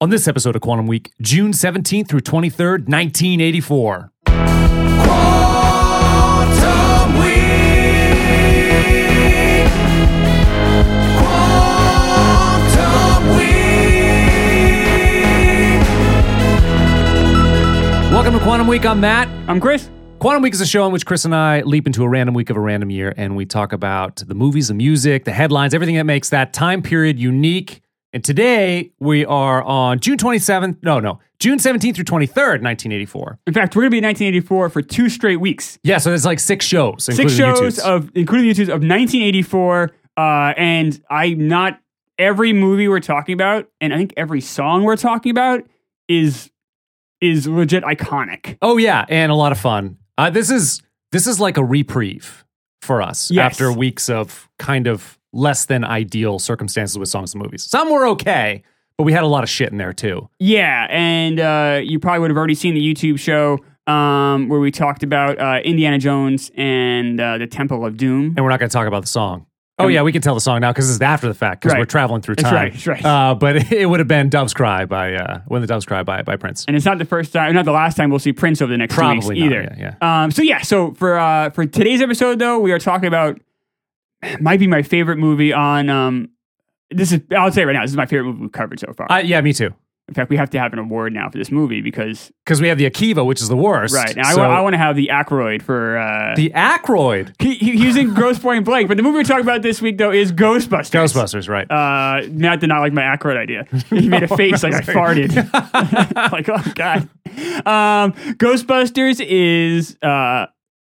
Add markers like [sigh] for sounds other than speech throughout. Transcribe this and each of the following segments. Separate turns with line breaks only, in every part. on this episode of Quantum Week, June 17th through 23rd, 1984.
Quantum Week. Quantum Week.
Welcome to Quantum Week. I'm Matt.
I'm Chris.
Quantum Week is a show in which Chris and I leap into a random week of a random year and we talk about the movies, the music, the headlines, everything that makes that time period unique. And today we are on June 27th, no, no, June 17th through 23rd, 1984.
In fact, we're going to be in 1984 for two straight weeks.
Yeah, so there's like six shows.
Six
including
shows
YouTube's.
of, including YouTube's, of 1984. Uh, and I'm not, every movie we're talking about, and I think every song we're talking about is is legit iconic.
Oh yeah, and a lot of fun. Uh, this is this is like a reprieve for us
Yes.
after weeks of kind of less than ideal circumstances with songs and movies. Some were okay, but we had a lot of shit in there too.
Yeah, and uh, you probably would have already seen the YouTube show um, where we talked about uh, Indiana Jones and uh, the Temple of Doom.
And we're not going to talk about the song. Oh yeah, we can tell the song now because it's after the fact because
Right.
we're traveling through
That's
time.
right, that's right.
Uh, but [laughs] it would have been "Doves Cry" by uh, "When the Doves Cry" by by Prince.
and it's not the first time, not the last time we'll see Prince over the next two
Probably
weeks
not,
either.
yeah,
Um, so yeah, so for uh, for today's episode though, we are talking about [sighs] might be my favorite movie on. Um, this is I'll say right now, this is my favorite movie we've covered so far.
Uh, yeah, me too.
In fact, we have to have an award now for this movie because
Because we have the Akiva, which is the worst.
right, and I
So-
wa- I want to have the Ackroyd for. Uh,
the Ackroyd
he, he, he was
[laughs]
in Gross Point Blank, but the movie we're talking about this week though is Ghostbusters.
Ghostbusters, right?
Uh, Matt did not like my Ackroyd idea. He made a face like I farted. [laughs] like, oh god. Um, Ghostbusters is uh,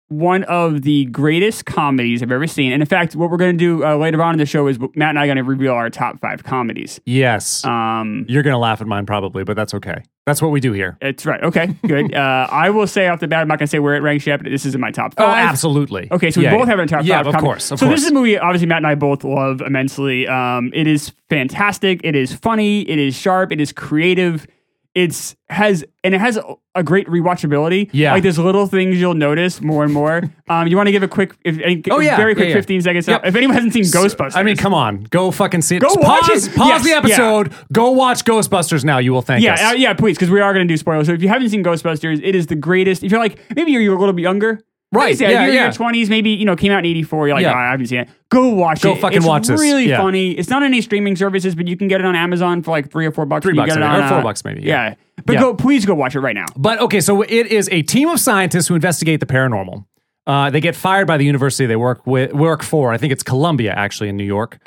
one of the greatest comedies I've ever seen, and in fact, what we're going to do uh, later on in the show is Matt and I are going to reveal our top five comedies.
yes.
Um,
You're going to laugh at mine probably, but that's okay. That's what we do here.
it's right. Okay, good. uh, I will say off the bat, I'm not going to say where it ranks yet, but this is in my top
Oh,
five.
absolutely.
Okay, so we
Yeah,
both
yeah.
have an entire
Yeah,
five
of
comedy.
course. Of
so
course.
this is a movie obviously Matt and I both love immensely. Um, it is fantastic. It is funny. It is sharp. It is creative. It's has and it has a- a great rewatchability.
Yeah.
like there's little things you'll notice more and more. [laughs] um, you want to give a quick, if, a,
Oh, yeah.
very quick,
Yeah, yeah.
15 seconds.
Yep.
If anyone hasn't seen Ghostbusters,
I mean, come on, go fucking see it.
Go
pause,
watch it.
Pause
Yes,
the
yeah.
episode. Go watch Ghostbusters now. You will thank us.
Yeah, uh, yeah, please, because we are going to do spoilers. So if you haven't seen Ghostbusters, it is the greatest. If you're like, maybe you're, you're a little bit younger.
Right,
Like I said,
yeah,
if you're
yeah.
in your 20s, maybe, you know, came out in 84. You're like,
Yeah.
"Ah, I haven't seen it. Go watch
Go
it.
fucking
it's
watch this.
really
Yeah.
funny. It's not on any streaming services, but you can get it on Amazon for like three or four bucks.
Three
You
bucks,
get it
I think,
on,
or four
uh,
bucks maybe, yeah.
But
Yeah.
go, please go watch it right now.
But okay, so it is a team of scientists who investigate the paranormal. Uh, they get fired by the university they work with, work for. I think it's Columbia, actually, in New York.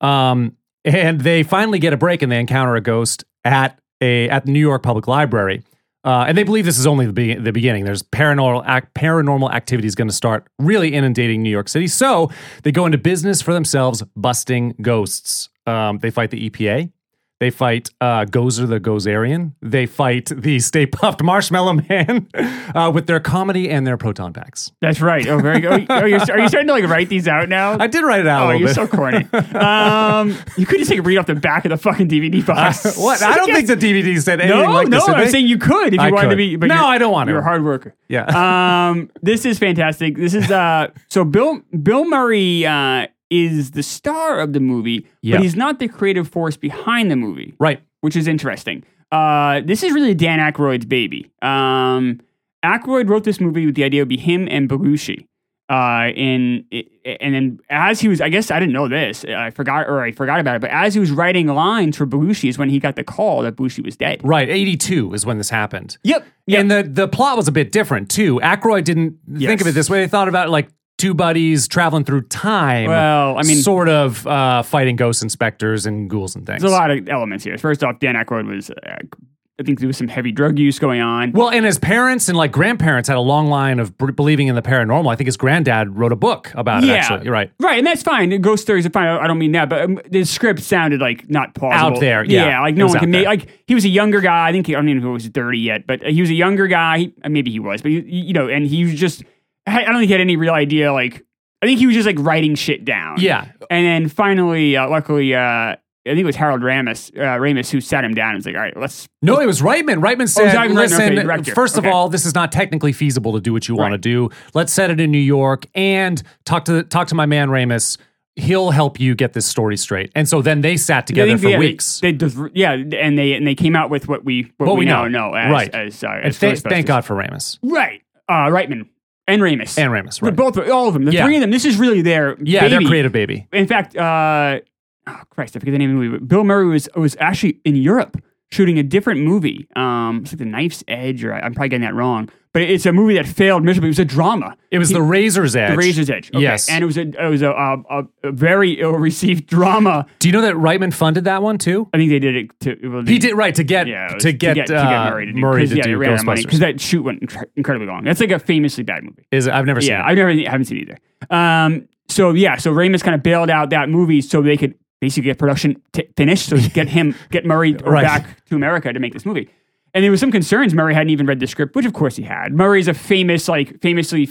Um, and they finally get a break and they encounter a ghost at a at the New York Public Library. Uh, and they believe this is only the, be- the beginning. There's paranormal ac- paranormal activity is going to start really inundating New York City. So they go into business for themselves, busting ghosts. Um, they fight the EPA. They fight uh, Gozer the Gozerian. They fight the [laughs] Stay Puffed Marshmallow Man [laughs] uh, with their comedy and their proton packs.
That's right. Oh, very good. Oh, you're, are you starting to like write these out [laughs] now?
I did write it out
Oh,
a
you're
little [laughs]
so
bit.
corny. [laughs] Um, you could just take a read off the back of the fucking DVD box.
Uh, what? I
[laughs]
don't think the DVD said anything
no,
like
no,
this. did
I'm
they?
saying you could if you
I
wanted
could.
to be. But
No,
you're-
I don't want to.
You're a hard worker.
Yeah.
[laughs] um, this is fantastic. This
[laughs]
is uh. So Bill Bill Murray uh is the star of the movie,
Yeah.
but he's not the creative force behind the movie,
right.
which is interesting. Uh, this is really Dan Aykroyd's baby. Um, Aykroyd wrote this movie with the idea it would be him and Belushi. Uh, and and then as he was, I guess I didn't know this. I forgot, or I forgot about it. But as he was writing lines for Belushi, is when he got the call that Belushi was dead.
Right. 82 is when this happened.
Yep. Yeah.
And the, the plot was a bit different, too. Aykroyd didn't think of it this way. They thought about it like two buddies traveling through time.
Well, I mean-
sort of uh, fighting ghost inspectors and ghouls and things.
There's a lot of elements here. First off, Dan Aykroyd was, uh, I think there was some heavy drug use going on.
Well, and his parents and like grandparents had a long line of b- believing in the paranormal. I think his granddad wrote a book about it.
Yeah.
Actually, You're right?
Right, and that's fine. Ghost stories are fine. I I don't mean that, but um, the script sounded like not plausible.
Out there, yeah.
like
It
no
was
one
out
can make.
there.
Like he was a younger guy. I think he, I don't even know if he was thirty yet, but uh, he was a younger guy. He, uh, maybe he was, but he, you know, and he was just. I I don't think he had any real idea. Like I think he was just like writing shit down.
Yeah.
And then finally, uh, luckily, uh, I think it was Harold Ramis, uh, Ramis who sat him down and was like, "All right, let's
No, it was Reitman. Reitman
it was
said,
Ivan Reitman, okay,
"Listen,
director.
first of
Okay.
all, this is not technically feasible to do what you want
Right.
to do. Let's set it in New York and talk to talk to my man Ramus. he'll help you get this story straight. And so then they sat
I
together
think
for
they-
weeks.
They, dis- yeah, and they and they came out with what we what, we, now know, as,
Right.
as, uh,
and
as
th-
Ghostbusters.
thank God for Ramus
Right. Uh, Reitman and Ramus.
and Ramus. Right.
Both, all of them. The
Yeah.
three of them. This is really their
yeah,
baby.
they're creative baby.
In fact, uh, oh, Christ, I forget the name of the movie. But Bill Murray was was actually in Europe shooting a different movie. Um, it's like The Knife's Edge, or I- I'm probably getting that wrong. But it's a movie that failed miserably. It was a drama.
It was the Razor's Edge.
The Razor's Edge. Okay.
Yes.
and it was a it was a, a, a very ill received [laughs] drama.
Do you know that Reitman funded that one too?
I think they did it to well,
He
they-
did right to get
it was
to get, uh,
Murray to do,
Murray
'cause,
to
yeah,
do
they ran out of money because
Ghostbusters.
that shoot went inc- incredibly long. That's like a famously bad movie.
Is it? I've never
Yeah,
seen. it.
I've never haven't seen it either. Um, so yeah, so Ramus kind of bailed out that movie so they could basically get production t- finished, so get him get Murray
[laughs] Right.
back to America to make this movie. And there was some concerns Murray hadn't even read the script, which of course he had. Murray's a famous like famously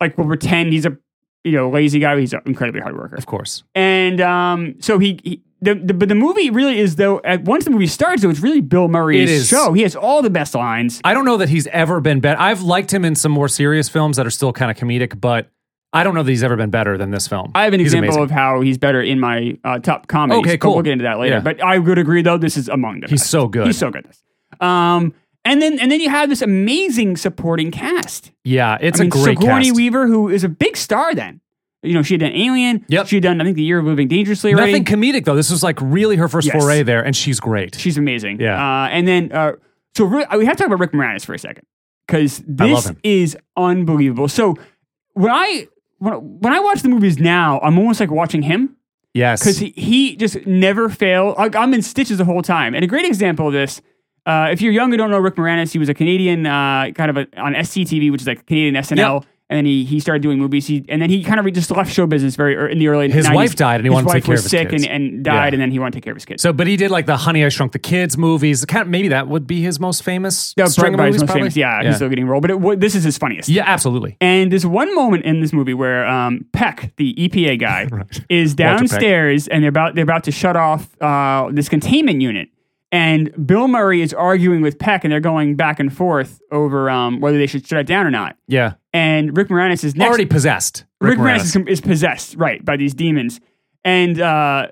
like will pretend he's a you know lazy guy. but He's an incredibly hard worker
Of course.
and um, so he, he the, the but the movie really is though. At, once the movie starts, though, it's really Bill Murray's
It is.
show. He has all the best lines.
I don't know that he's ever been better. I've liked him in some more serious films that are still kind of comedic, but I don't know that he's ever been better than this film.
I have an
He's
example
amazing.
of how he's better in my uh, top comedies.
Okay,
but We'll
cool.
get into that later.
Yeah.
But I would agree though, this is among them.
He's so good.
He's so good. at this. Um, and then and then you have this amazing supporting cast.
yeah, it's
I mean,
a great
Sigourney
cast.
Weaver, who is a big star then. You know, she had done Alien.
Yep.
She had done, I think, The Year of Living Dangerously. already.
Nothing comedic though. This was like really her first
Yes.
foray there, and she's great.
She's amazing.
Yeah.
Uh, and then, uh, so re- we have to talk about Rick Moranis for a second because
I love
this
him.
is unbelievable. So when I when, when I watch the movies now, I'm almost like watching him
yes,
because he, he just never fail. Like I'm in stitches the whole time. And a great example of this, uh, if you're young and don't know Rick Moranis, he was a Canadian uh, kind of a, on SCTV, which is like Canadian SNL. And then he, he started doing movies. He, and then he kind of just left show business very ear in the early.
His
90s.
wife died and he
His
wanted to
wife
take care
was
of his
sick
kids.
And, and died,
Yeah.
and then he wanted to take care of his kids.
So, but he did like the Honey I Shrunk the Kids movies. Kind of, maybe that would be his most famous
Yeah,
string of
Brett
movies,
Bice's most
probably.
famous. Yeah,
yeah.
he's still getting rolled, but it, wa- this is his funniest.
Yeah, absolutely.
And there's one moment in this movie where um, Peck,
[laughs]
the EPA guy,
Right.
is
Peck.
downstairs and they're about they're about to shut off uh, this containment unit. And Bill Murray is arguing with Peck, and they're going back and forth over um, whether they should shut it down or not.
Yeah,
And Rick Moranis is next.
already possessed.
Rick, Moranis, is, com- is possessed, right, by these demons. And uh,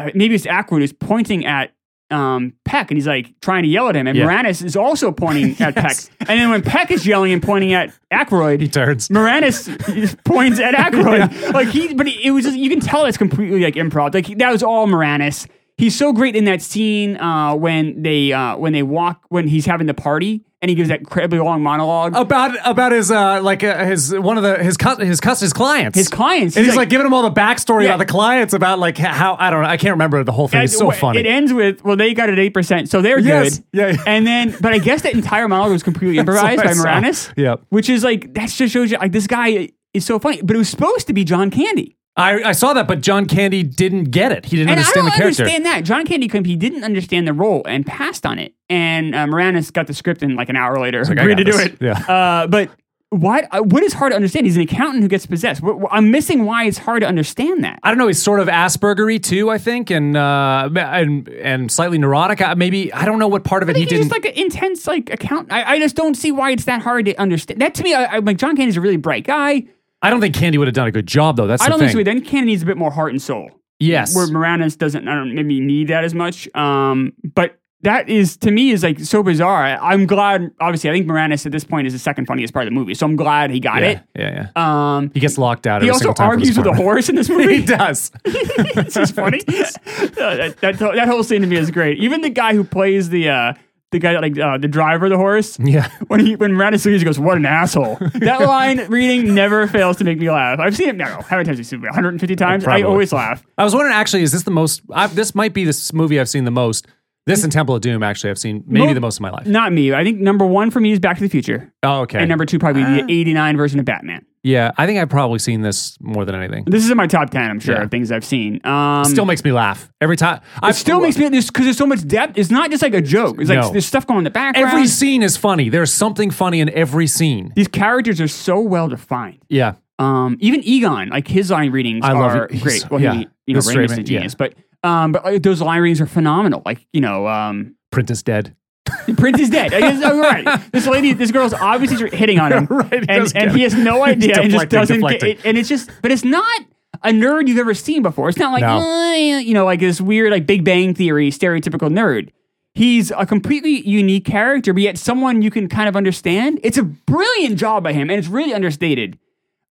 uh, maybe it's Ackroyd who's pointing at um, Peck and he's like trying to yell at him. And
Yeah.
Moranis is also pointing
Yes.
at Peck. And then when Peck is yelling and pointing at
He
Ackroyd,
turns.
Moranis [laughs] just points at Ackroyd. Like he, but it was just, you can tell it's completely like improv. Like he- that was all Moranis. He's so great in that scene uh, when they uh, when they walk when he's having the party and he gives that incredibly long monologue.
about about his uh like uh, his one of the his cus- his cus his clients
His clients.
and
He's
he's like,
like-
giving him all the backstory
Yeah.
about the clients about like h- how I don't know I can't remember the whole thing it's
And
so
wh-
funny
It ends with, well, they got it eight percent, so they're
Yes.
good.
Yeah, yeah.
And then, but I guess that entire monologue
[laughs]
was completely
That's what
improvised by
I saw.
Moranis.
Yep.
Which is like that just shows you like this guy is so funny. But it was supposed to be John Candy,
I I saw that but John Candy didn't get it he didn't
and I
understand
don't
the character
understand that John Candy couldn't. He didn't understand the role and passed on it. And uh, Moranis got the script and like an hour later
like, I
agreed to
got
do
this.
it.
Yeah.
Uh, but. Why, uh, what is hard to understand? He's an accountant who gets possessed. Wh- wh- I'm missing why it's hard to understand that.
I don't know he's sort of Aspergery too I think and uh and and slightly neurotic I- maybe I don't know what part of it he
He's
didn't
just like an intense like account. I, I just don't see why it's that hard to understand. That to me, I, I, like John Candy's a really bright guy.
I don't think Candy would have done a good job though that's
I
the
don't
thing
think so. Then Candy needs a bit more heart and soul.
yes
Where Moranis doesn't, I don't maybe need that as much. Um, but that is to me is like so bizarre. I, I'm glad. Obviously, I think Moranis at this point is the second funniest part of the movie, so I'm glad he got
yeah
it.
yeah yeah
Um,
he gets locked out every
he also
single time for this
argues with a
part.
horse in this
[laughs]
movie.
he does
[laughs] this
[laughs]
is funny. [laughs] Uh, that, that, that whole scene to me is great. Even the guy who plays the uh, the guy that, like uh, the driver of the horse.
Yeah.
When he when Radis leaves, he goes, "What an [laughs] asshole!" That line reading never fails to make me laugh. I've seen it. No, how many times have you seen it? 150 times. I
Probably.
always laugh.
I was wondering, actually, is this the most? i this might be this movie I've seen the most. This and Temple of Doom, actually, I've seen maybe
Mo-
the most in my life.
Not me. I think number one for me is Back to the Future,
oh, okay.
and number two probably the '89 version of Batman.
yeah, I think I've probably seen this more than anything.
This is in my top ten. I'm sure
Yeah.
of things I've seen. Um,
Still makes me laugh every time. I
it still makes me because there's so much depth. It's not just like a joke. It's like
No.
there's stuff going in the background.
every scene is funny. There's something funny in every scene.
These characters are so well defined.
Yeah,
Um, even Egon, like his line readings
I love
are
it. He's-
great. Well,
yeah.
he, you know,
The
Raymond's a
Strayman, yeah.
genius, but um, but like, those line readings are phenomenal. Like you know, um,
Print is dead.
[laughs] Prince is dead. I guess, oh, right. This lady, this girl's obviously hitting on him,
[laughs] Right, he
and
does
and
get
he has no
He's [laughs]
idea, and just
deflecting,
doesn't get
deflecting.
it. And it's just, but it's not. a nerd you've ever seen before. It's not like
No.
"Uh, you know, like this weird like Big Bang Theory stereotypical nerd. He's a completely unique character, but yet someone you can kind of understand. It's a brilliant job by him, and it's really understated.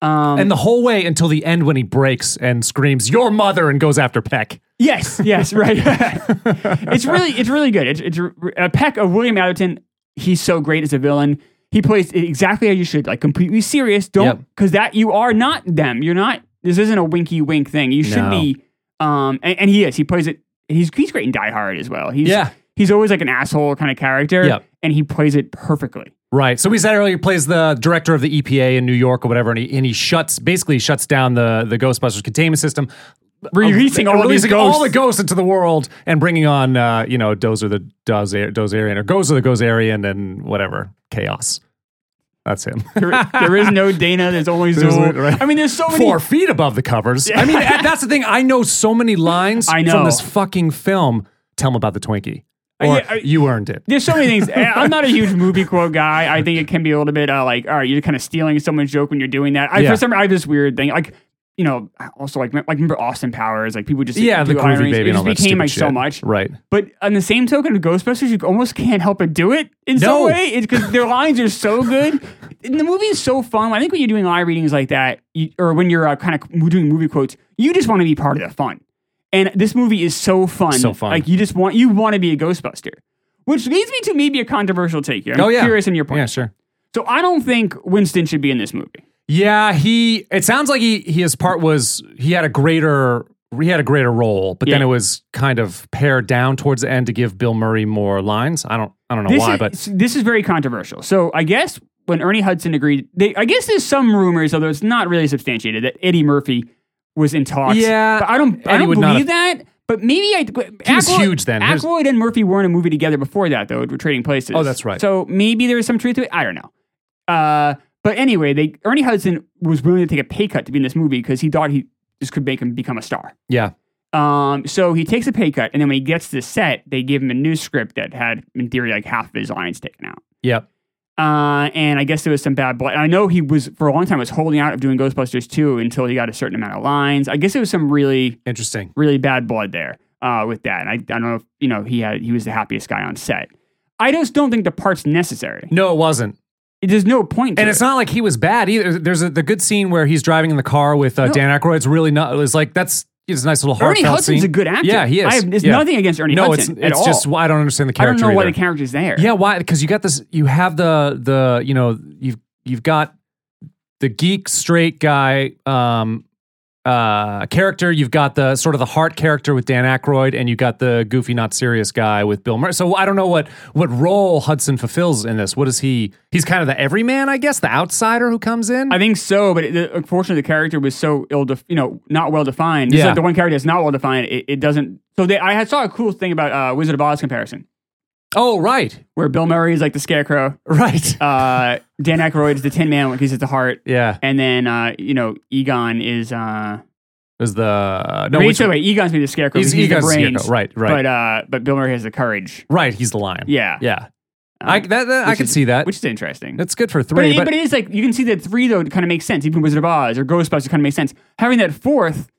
Um,
And the whole way until the end when he breaks and screams, Your mother, and goes after Peck.
Yes, yes, right. [laughs] it's really, it's really good. It's, it's a peck of William Atherton. He's so great as a villain. He plays it exactly as you should, like completely serious. Don't
Yep.
because that you are not them. You're not. This isn't a winky wink thing. You should
No.
be. Um, and, and he is. He plays it. He's he's great in Die Hard as well. He's
Yeah.
He's always like an asshole kind of character.
Yep.
And he plays it perfectly.
Right. So we said earlier he plays the director of the EPA in New York or whatever, and he, and he shuts basically shuts down the, the Ghostbusters containment system,
Releasing all of these
oh, releasing all the
ghosts.
ghosts into the world and bringing on uh, you know Dozer the Dozer, Dozerian or Gozer the Gozerian and whatever chaos. That's
[laughs]
him.
there, there is no Dana. There's always
There's
Zool.
no- right.
I mean, there's so many.
Four feet above the covers. I mean, that's the thing. I know so
[laughs]
many lines
I know.
from this fucking film. Tell them about the Twinkie. Or
yeah, I-
you earned it.
there's so many things. I- I'm not a huge movie quote guy. I think it can be a little bit uh, like, all right, you're kind of stealing someone's joke when you're doing that. I,
Yeah.
For some, I have this weird thing, like you know, also like like remember Austin Powers, like people just
Yeah, the
do
groovy
ironies.
baby and
It just
all that
became
stupid
like so
shit.
much.
Right.
But on the same token, with Ghostbusters, you almost can't help but do it in some
No.
way. It's because their lines are
[laughs]
so good. And the movie is so fun. I think when you're doing live readings like that, you, or when you're uh, kind of doing movie quotes, you just want to be part of the fun. And this movie is so fun.
So fun.
Like you just want you want to be a Ghostbuster, which leads me to maybe a controversial take here. I'm
oh yeah.
curious in your point.
Yeah, sure.
So I don't think Winston should be in this movie.
Yeah, he. It sounds like he, he his part was he had a greater he had a greater role, but then
Yeah.
it was kind of pared down towards the end to give Bill Murray more lines. I don't I don't know
This
why,
is,
but
s- this is very controversial. So I guess when Ernie Hudson agreed, they I guess there's some rumors, although it's not really substantiated, that Eddie Murphy was in talks.
Yeah,
but I don't I
Eddie
don't
would not
believe that. But maybe I. He
was huge then. His-
Aykroyd and Murphy were in a movie together before that, though. We're trading places.
Oh, that's right.
So maybe there was some truth to it. I don't know. Uh, but anyway, they Ernie Hudson was willing to take a pay cut to be in this movie because he thought he this could make him become a star.
yeah,
Um, so he takes a pay cut, and then when he gets to the set, they give him a new script that had, in theory, like half of his lines taken out.
yeah,
Uh, and I guess there was some bad blood. I know he was for a long time was holding out of doing Ghostbusters 2 until he got a certain amount of lines. I guess it was some really,
interesting.
really bad blood there uh, with that. And I, I don't know if you know he had he was the happiest guy on set. I just don't think the part's necessary.
No, it wasn't,
There's no point. To
and
it.
it's not like he was bad either. There's a, the good scene where he's driving in the car with uh,
No.
Dan Aykroyd. It's really not. It's like that's it's a nice little
Ernie
heartfelt
Hudson's
scene.
a good actor.
Yeah, he is.
I have, there's
Yeah.
nothing against Ernie
No, it's
Hudson at
it's
all.
just I don't understand the
I don't
character.
know why
either.
the character's there.
Yeah, why? Because you got this. You have the the you know you've you've got the geek straight guy um uh character. You've got the sort of the heart character with Dan Aykroyd, and you got the goofy not serious guy with Bill Murray. So I don't know what what role Hudson fulfills in this. What is he? He's kind of the everyman, I guess, the outsider who comes in.
I think so, but it, the, unfortunately, the character was so ill, def- you know, not well defined. Just
Yeah.
like the one character that's not well defined, it, it doesn't. So they, I had- saw a cool thing about uh, Wizard of Oz comparison,
oh right,
where Bill Murray is like the Scarecrow,
right. [laughs]
uh, Dan Aykroyd is the Tin Man because he's at the heart,
yeah,
and then uh, you know Egon is. Uh,
is the uh, no?
no,
Which,
either way, Egon's maybe the Scarecrow.
he's,
because he's
Egon's
the
the
brains,
scarecrow. right, right,
But uh, but Bill Murray has the courage.
right. He's the lion.
Yeah,
yeah.
Um,
I that, that I
which
can
is-
see that.
which is interesting.
That's good for
But,
three.
it, but, it is like you can see that three though kind of makes sense. Even Wizard of Oz or Ghostbusters kind of makes sense. Having that fourth,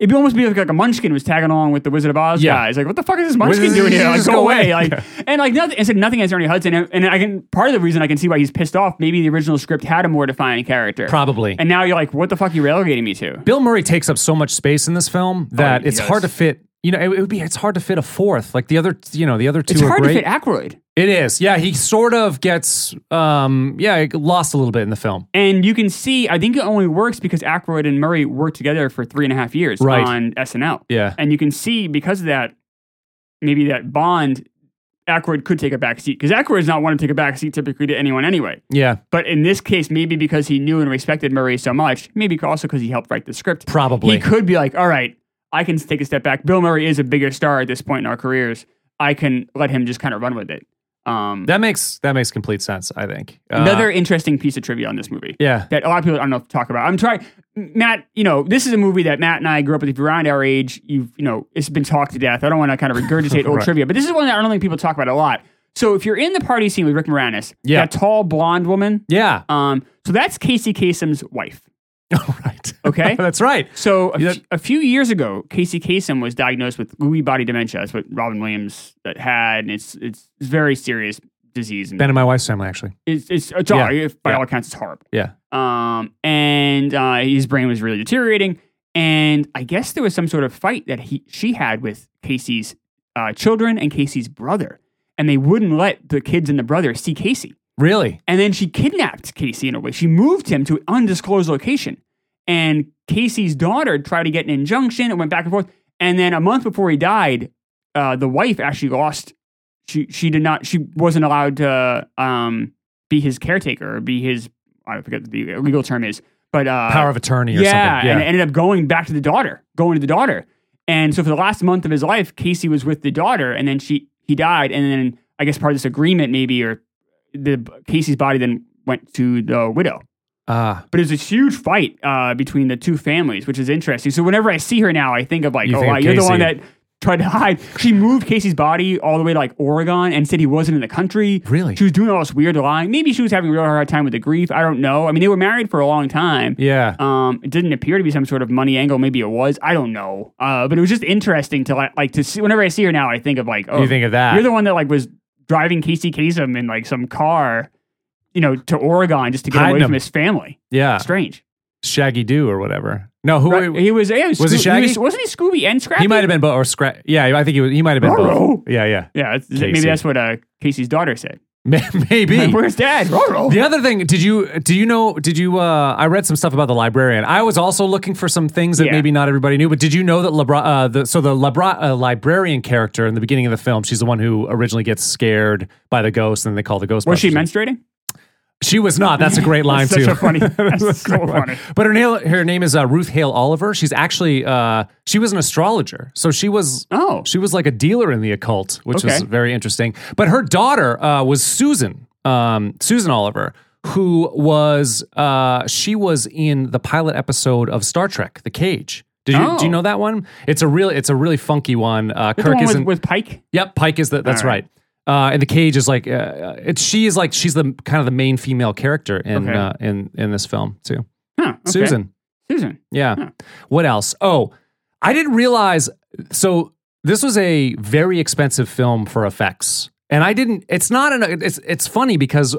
it'd be almost be like, like a Munchkin was tagging along with the Wizard of Oz
Yeah.
guys. Like, what the fuck is this Munchkin
is-
doing here? Like,
just
go,
go away.
away! Like,
Yeah.
and like nothing. I said nothing against Ernie Hudson, and, and I can part of the reason I can see why he's pissed off. Maybe the original script had a more defined character,
Probably.
and now you're like, what the fuck are you relegating me to?
Bill Murray takes up so much space in this film that
Oh, he
it's
does.
hard to fit. You know, it, it would be it's hard to fit a fourth. Like the other, you know, the other two
It's
are
hard
great.
to fit Ackroyd,
it is. Yeah, he sort of gets um yeah, lost a little bit in the film.
and you can see. I think it only works because Ackroyd and Murray worked together for three and a half years
Right.
on SNL.
Yeah.
And you can see because of that, maybe that bond, Aykroyd could take a back seat because Aykroyd's not want to take a back seat typically to anyone anyway.
Yeah,
But in this case, maybe because he knew and respected Murray so much, maybe also because he helped write the script,
probably.
he could be like, all right, I can take a step back. Bill Murray is a bigger star at this point in our careers. I can let him just kind of run with it. Um,
that makes that makes complete sense, I think. Uh,
another interesting piece of trivia on this movie
Yeah.
that a lot of people I don't know if to talk about. I'm trying Matt, you know, this is a movie that Matt and I grew up with. If you're around our age, you've you know, it's been talked to death. I don't want to kind of
[laughs]
regurgitate old
Right.
trivia, but this is one that I don't think people talk about a lot. So if you're in the party scene with Rick Moranis,
Yeah.
[laughs] that tall blonde woman,
Yeah. [laughs]
um, so that's Casey Kasem's wife.
All right. [laughs]
Okay.
That's right.
So a,
Yeah.
f- a few years ago, Casey Kasem was diagnosed with Lewy body dementia. That's what Robin Williams uh, had, and it's it's very serious disease. And
Ben and my wife's family, actually.
it's it's, it's
Yeah.
horrible. by
Yeah.
all accounts, it's horrible.
Yeah.
Um, and uh, his brain was really deteriorating. And I guess there was some sort of fight that he she had with Casey's uh, children and Casey's brother, and they wouldn't let the kids and the brother see Casey.
Really?
And then she kidnapped Casey in a way. She moved him to an undisclosed location. And Casey's daughter tried to get an injunction. It went back and forth. And then a month before he died, uh, the wife actually lost. She she did not. She wasn't allowed to um, be his caretaker or be his. I forget what the legal term is, but uh,
Power of attorney or
yeah,
something.
and it ended up going back to the daughter, going to the daughter. And so for the last month of his life, Casey was with the daughter, and then she he died, and then I guess part of this agreement maybe, or the Casey's body then went to the widow.
Ah,
But it's this huge fight uh, between the two families, which is interesting. So whenever I see her now, I think of like,
You
oh,
think
wow,
of
you're the one
Casey.
that tried to hide. She moved Casey's body all the way to like Oregon and said he wasn't in the country.
Really?
She was doing all this weird lying. Maybe she was having a real hard time with the grief. I don't know. I mean, they were married for a long time.
yeah.
Um, it didn't appear to be some sort of money angle. Maybe it was. I don't know. Uh, but it was just interesting to like, like to see. Whenever I see her now, I think of like, oh,
You think of that.
You're the one that like was driving Casey Kasem in like some car, you know, to Oregon just to get
Hiding
away from
him. Uh,
his family.
yeah.
Strange.
Shaggy Doo or whatever. No, who?
Right? He was. Yeah, was,
Was he
Scoo-
Shaggy?
wasn't he Scooby and Scrappy?
He might have been both, or Scrap. Yeah, I think he was, he might have been
Ruh-roh.
both. Yeah, yeah, [laughs]
Yeah, that's- maybe
Casey.
that's what uh, Casey's daughter said. [laughs]
May- maybe.
Like, Where's Dad? Ruh-roh.
The other thing, did you do you know? Did you? Uh, I read some stuff about the librarian. I was also looking for some things that
Yeah.
maybe not everybody knew. But did you know that Labra? Uh, the, so the Labra uh, librarian character in the beginning of the film, she's the one who originally gets scared by the ghost, and they call the ghost.
Was she menstruating?
She was not. That's a
[laughs]
great line
That's
too.
such a
[laughs]
funny- that's
a
so
great line.
funny.
But her name, her name is uh, Ruth Hale Oliver. She's actually uh, she was an astrologer, so she was
Oh.
she was like a dealer in the occult, which is
Okay.
very interesting. But her daughter uh, was Susan um, Susan Oliver, who was uh, she was in the pilot episode of Star Trek: The Cage. Did you, do
Oh.
you know that one? It's a really it's a really funky one. Uh,
The
Kirk
one with,
isn't
with Pike.
Yep, Pike is the. That's
All
right.
right.
Uh, and the cage is like uh, it's she is like she's the kind of the main female character in
Okay.
uh, in in this film too.
Huh, okay.
Susan,
Susan.
yeah.
Huh.
What else? Oh, I didn't realize. So this was a very expensive film for effects, and I didn't. It's not an. It's it's funny because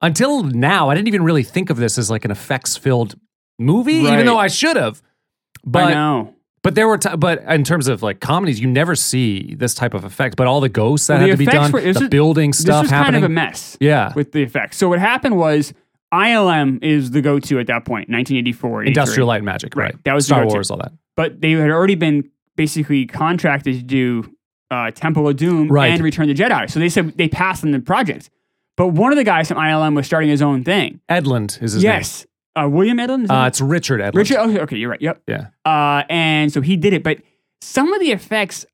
until now I didn't even really think of this as like an effects filled movie,
Right.
even though I should have.
I
But
know.
but there were, t- but in terms of like comedies, you never see this type of effect. But all the ghosts that
The
had to be
effects
done,
were-
the
this is-
building
this
stuff
was
happening.
kind of a mess
yeah,
[laughs] with the effects. So what happened was ILM is the go-to at that point, 1984. 83.
industrial light and magic, right?
Right. That was
Star
the go-to.
Wars, all that.
But they had already been basically contracted to do uh, Temple of Doom
Right.
and Return of the Jedi. So they said they passed on the project. But one of the guys from ILM was starting his own thing.
Edlund is his
yes. Uh, William Edlund? is
name. Uh,
that-
it's Richard Edlund.
Richard? Okay, okay, you're right. Yep.
Yeah.
Uh, and so he did it. But some of the effects,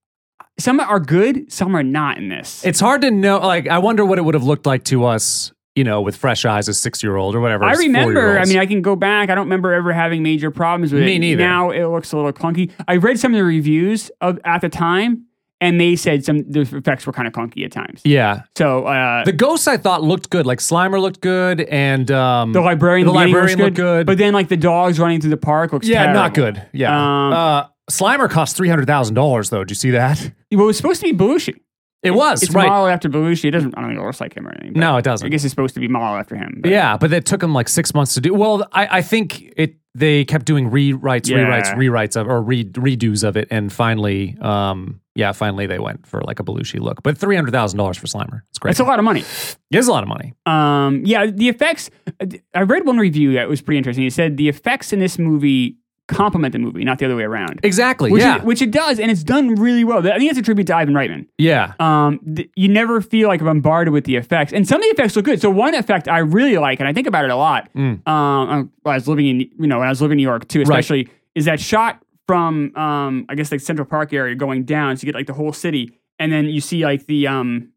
some are good, some are not in this.
It's hard to know. Like, I wonder what it would have looked like to us, you know, with fresh eyes as six year old or whatever.
I
as
remember. I
four-year-olds.
mean, I can go back. I don't remember ever having major problems with
Me
it.
neither.
Now it looks a little clunky. I read some of the reviews of at the time, and they said some the effects were kind of clunky at times.
yeah.
So uh,
The ghosts I thought looked good. Like Slimer looked good, and um,
the librarian,
the
in beginning
librarian
looks
looked good.
but then like the dogs running through the park looks
yeah, not
terrible.
good. Yeah.
Um,
uh, Slimer cost three hundred thousand dollars though. Did you see that?
Well, [laughs] it was supposed to be Belushi.
It was
It's
right.
modeled after Belushi. It doesn't. I don't think it looks like him or anything. but
No, it doesn't.
I guess it's supposed to be modeled after him. but-
Yeah, but it took them like six months to do. Well, I, I think it they kept doing rewrites,
Yeah.
rewrites, rewrites of or re, redos of it, and finally, um, yeah, finally they went for like a Belushi look. But three hundred thousand dollars for Slimer, it's great.
That's a lot of money.
It is a lot of money.
Um, yeah, the effects. I read one review that was pretty interesting. It said the effects in this movie complement the movie, not the other way around.
Exactly.
which
yeah.
it, which it does, and it's done really well. I think that's a tribute to Ivan Reitman.
yeah.
Um, th- you never feel like bombarded with the effects, and some of the effects look good. So one effect I really like, and I think about it a lot.
Mm.
Um, um, when I was living in you know when I was living in New York too, especially is that shot from um I guess like Central Park area going down, so you get like the whole city, and then you see like the um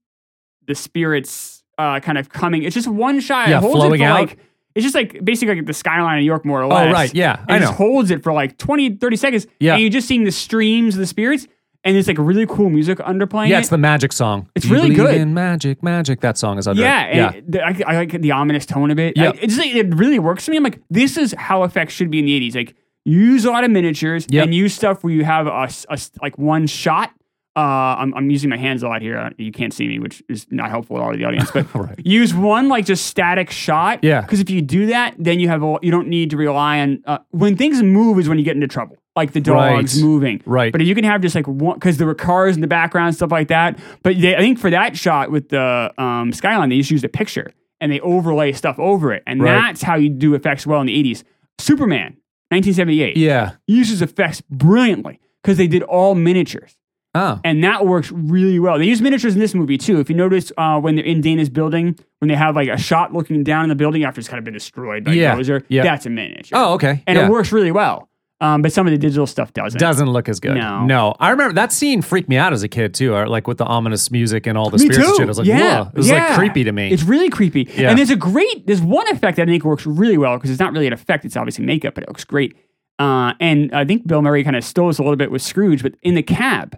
the spirits uh kind of coming. It's just one shot. It
Yeah,
holds it
flowing
for,
out.
Like, it's just like basically like the skyline of New York, more or
Oh,
less.
right. Yeah,
And
I
it just
know.
holds it for like 20, 30 seconds.
Yeah.
And you're just seeing the streams of the spirits. and it's like really cool music underplaying.
Yeah,
it.
it's the magic song.
It's
Do you
really
believe
good.
In magic, magic. That song is under.
Yeah,
it. yeah.
and it- I, I like the ominous tone of it.
Yeah.
I- it's just, like, it really works for me. I'm like, this is how effects should be in the 80s. Like, use a lot of miniatures
Yep.
and use stuff where you have a, s- a s- like one shot. Uh, I'm, I'm using my hands a lot here. Uh, You can't see me, which is not helpful at all to the audience.
[laughs]
But
Right.
use one like just static shot.
Yeah.
Because if you do that, then you have a, you don't need to rely on uh, when things move is when you get into trouble. Like the dogs
Right.
moving.
Right.
But if you can have just like one, because there were cars in the background, stuff like that. But they, I think for that shot with the um, skyline, they just used a picture and they overlay stuff over it. And
Right.
that's how you do effects well in the 80s. Superman, 1978,
Yeah.
uses effects brilliantly because they did all miniatures.
Oh.
And that works really well. They use miniatures in this movie too. If you notice uh, when they're in Dana's building, when they have like a shot looking down in the building after it's kind of been destroyed by
Yeah,
Gozer,
yeah.
that's a miniature.
Oh, okay.
and
yeah.
it works really well. Um, but some of the digital stuff doesn't.
Doesn't look as good.
No.
I remember that scene freaked me out as a kid too. Or like with the ominous music and all the
Me
spirits and
too.
shit. I was like,
yeah.
whoa. It was
Yeah.
like creepy to me.
It's really creepy.
Yeah.
And there's a great, there's one effect that I think works really well because it's not really an effect. It's obviously makeup, but it looks great. Uh, and I think Bill Murray kind of stole us a little bit with Scrooge, but in the cab,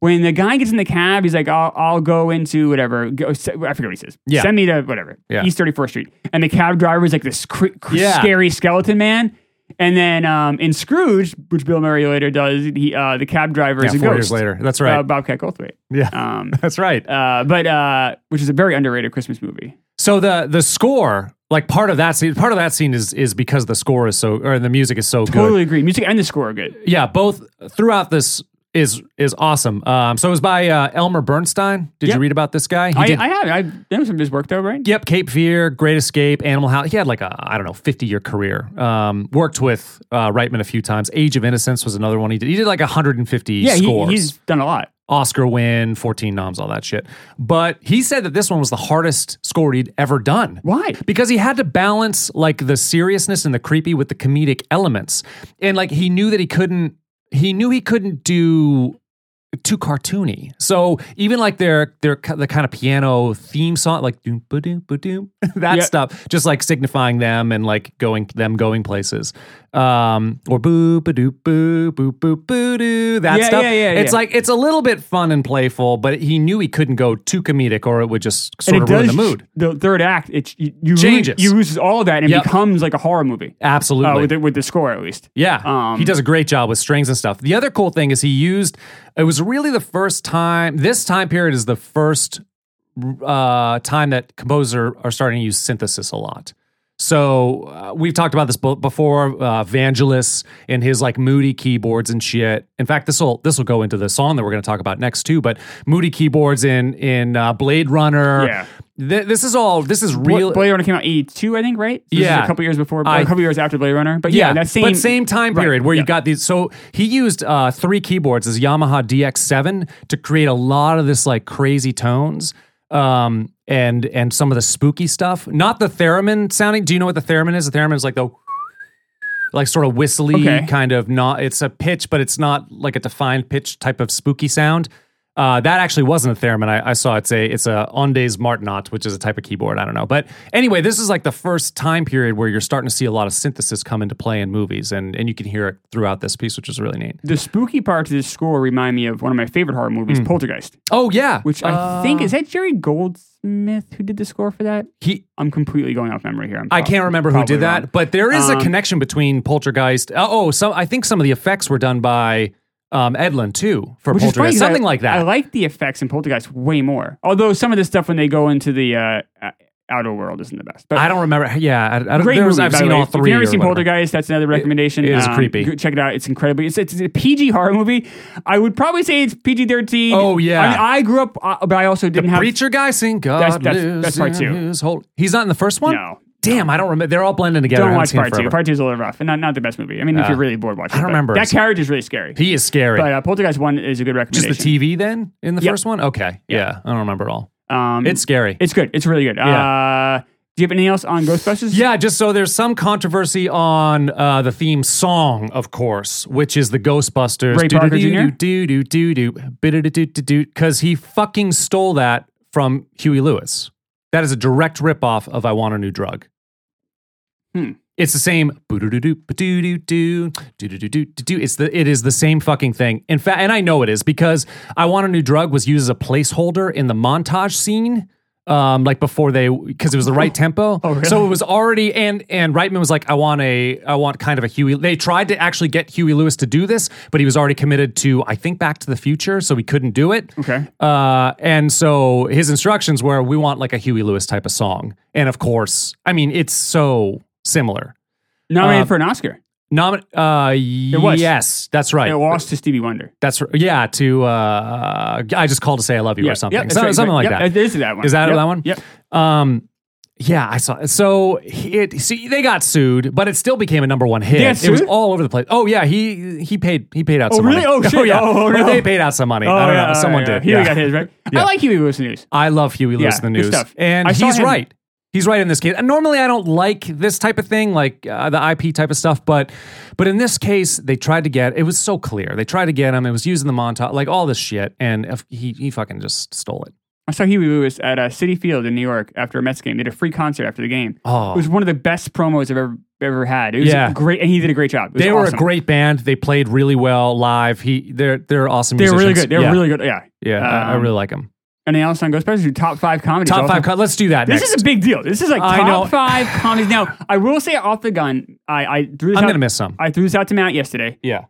when the guy gets in the cab, he's like, I'll, I'll go into whatever. Go, se- I forget what he says.
Yeah.
Send me to whatever.
Yeah.
East 34th Street. And the cab driver is like this cr- cr-
Yeah.
scary skeleton man. And then um, in Scrooge, which Bill Murray later does, he, uh, the cab driver
yeah,
is a
four
ghost.
years later. That's
Uh,
right.
Bobcat Goldthwait.
yeah.
Um,
That's right.
uh, but uh, which is a very underrated Christmas movie.
So the the score, like part of that scene, part of that scene is is because the score is so or the music is so good.
Totally agree. Music and the score are good.
yeah both throughout this is is awesome um so it was by uh, elmer bernstein did
Yep.
you read about this guy he
I,
did
I have. I that was some of his work though, right?
yep cape fear great escape animal house he had like a i don't know 50 year career um worked with uh reitman a few times age of innocence was another one he did he did like 150
Yeah, he,
scores
he's done a lot.
oscar win 14 noms all that shit but he said that this one was the hardest score he'd ever done
Why?
because he had to balance like the seriousness and the creepy with the comedic elements and like he knew that he couldn't he knew he couldn't do too cartoony so even like their their ki- the kind of piano theme song like doom ba doom ba doom [laughs] that
Yeah.
stuff just like signifying them and like going them going places um or boo ba doo boo boo boo boo doo that
Yeah,
stuff
yeah, yeah,
it's
yeah.
like it's a little bit fun and playful but he knew he couldn't go too comedic or it would just sort
and it
of ruin
does
the mood
The third act, it's you, you
Changes.
Lose, you lose all of that and it
Yep.
becomes like a horror movie.
absolutely
Uh, with the, with the score at least.
Yeah,
Um,
he does a great job with strings and stuff. The other cool thing is he used. It was really the first time. This time period is the first uh, time that composers are starting to use synthesis a lot. So uh, we've talked about this bo- before. Uh, Vangelis and his like moody keyboards and shit. In fact, this will this will go into the song that we're going to talk about next too. But moody keyboards in in uh, Blade Runner.
Yeah.
Th- this is all. This is
Bla-
real.
Blade Runner came out eighty two, I think, right? So this is
Yeah.
a couple years before, or
I-
a couple years after Blade Runner. But yeah, that same,
but same time
Right,
period where
yeah.
you got these. So he used uh, three keyboards, his Yamaha DX7, to create a lot of this like crazy tones um, and and some of the spooky stuff. Not the theremin sounding. Do you know what the theremin is? The theremin is like the like sort of whistly
Okay.
kind of not. It's a pitch, but it's not like a defined pitch type of spooky sound. Uh, that actually wasn't a theremin. I, I saw it's a it's a Ondes Martinot, which is a type of keyboard. I don't know, but anyway, this is like the first time period where you're starting to see a lot of synthesis come into play in movies, and and you can hear it throughout this piece, which is really neat.
The spooky parts of this score remind me of one of my favorite horror movies, Poltergeist,
Oh yeah,
which I think is that Jerry Goldsmith who did the score for that.
he
I'm completely going off memory here. I'm
I
prob-
can't remember who
probably
did that,
wrong.
but there is
Um,
a connection between Poltergeist. Oh, oh, some I think some of the effects were done by um, Edlin too for
Which is funny
Poltergeist,
'cause
something
I-
like that.
I like the effects in Poltergeist way more. Although some of the stuff when they go into the uh, uh, outer world isn't the best. But
I don't remember. Yeah, I, I don't.
great
there was-
movie,
I've
by the
seen
way.
all
If you've
three.
never
or
seen
whatever.
Poltergeist, that's another recommendation. Um,
it is creepy.
go Check it out. It's incredibly. It's, it's a PG horror movie. I would probably say it's PG thirteen.
Oh, yeah.
I, mean, I grew up, uh, but I also didn't have.
Preacher guy sing God
That's- that's-
lives
that's part
in
two.
his whole- He's not in the first one.
No.
Damn, I don't remember. They're all blending together. I
Don't
haven't
watch
seen it
part two.
forever. Uh,
Part two is a little rough, and not, not the best movie. I mean, if you're really bored, watch
I
it.
don't
but
remember.
That character is really scary.
He is scary.
but uh, Poltergeist one is a good
Just
recommendation.
the TV then in the
Yeah.
first one. Okay, yeah. I don't remember at all.
Um,
It's scary.
it's good. It's really good. Uh, do you have anything else on Ghostbusters?
yeah, just so there's some controversy on uh, the theme song, of course, which is the Ghostbusters.
Ray Parker Jr.?
Do do do do do do because he fucking stole that from Huey Lewis. That is a direct ripoff of "I Want a New Drug."
Hmm.
It's the same. It's the it is the same fucking thing. In fact, and I know it is because I want a new drug was used as a placeholder in the montage scene. Um, like before they, because it was the
[laughs]
right tempo,
oh, really?
so it was already and and Reitman was like, I want a, I want kind of a Huey. They tried to actually get Huey Lewis to do this, but he was already committed to, I think, Back to the Future, so he couldn't do it.
Okay.
Uh, and so his instructions were, we want like a Huey Lewis type of song, and of course, I mean, it's so similar.
Nominated
um,
for an Oscar.
Nomin- uh,
was.
Yes, that's right.
It lost to Stevie Wonder.
That's r- yeah. To uh, I just called to say I love you
Yeah.
or something,
Yep, that's
So-
right,
something
right.
like
Yep,
that.
It is that one.
Is that
Yep,
that one?
Yep.
Um, yeah, I saw. So it see they got sued, but it still became a number one hit.
got
It was
sued?
all over the place. Oh yeah, he he paid he paid out.
Oh,
some
really?
Money. [laughs]
Oh, shit.
yeah.
Oh,
Or
no. Oh,
they paid out some money. I don't know. Someone did.
He
yeah.
got his right.
[laughs] Yeah.
I like Huey Lewis News.
I love Huey Lewis
Yeah,
in the
good
news,
stuff.
and
I saw
he's
him-
right. He's right in this case. And normally, I don't like this type of thing, like uh, the IP type of stuff, but but in this case, they tried to get. It was so clear. They tried to get him. It was using the montage, like all this shit, and if- he he fucking just stole it.
I saw Huey Lewis at uh, City Field in New York after a Mets game. They did a free concert after the game.
Oh.
It was one of the best promos I've ever ever had. It was
Yeah.
great, and he did a great job. It was
They were
awesome.
a great band. They played really well live. He they're they're awesome.
They were really
musicians.
good. They were
yeah.
really good. Yeah.
yeah. I- I
um,
really like them.
And then Allison goes Ghostbusters do top five comedies.
Top
all
five.
time.
co- let's do that.
This
next.
is a big deal. This is like
I know.
top five comedies. Now, I will say off the gun, I, I threw this
I'm
out,
gonna miss some.
I threw this out to Matt yesterday.
yeah.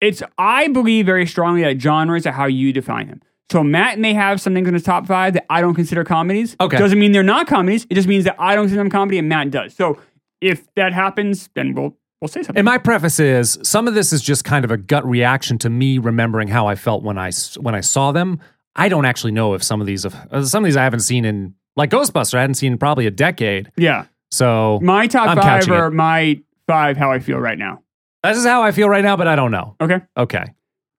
It's I believe very strongly that genres are how you define them. So Matt may have some things in his top five that I don't consider comedies.
Okay.
Doesn't mean they're not comedies. It just means that I don't consider them comedy and Matt does. So if that happens, then we'll we'll say something.
And my preface is some of this is just kind of a gut reaction to me remembering how I felt when I s- when I saw them. I don't actually know if some of these have, uh, some of these I haven't seen in like Ghostbuster. I hadn't seen in probably a decade.
yeah.
So
My top
I'm
five
catching
are my five how I feel right now.
this is how I feel right now, but I don't know.
Okay. Do
Okay,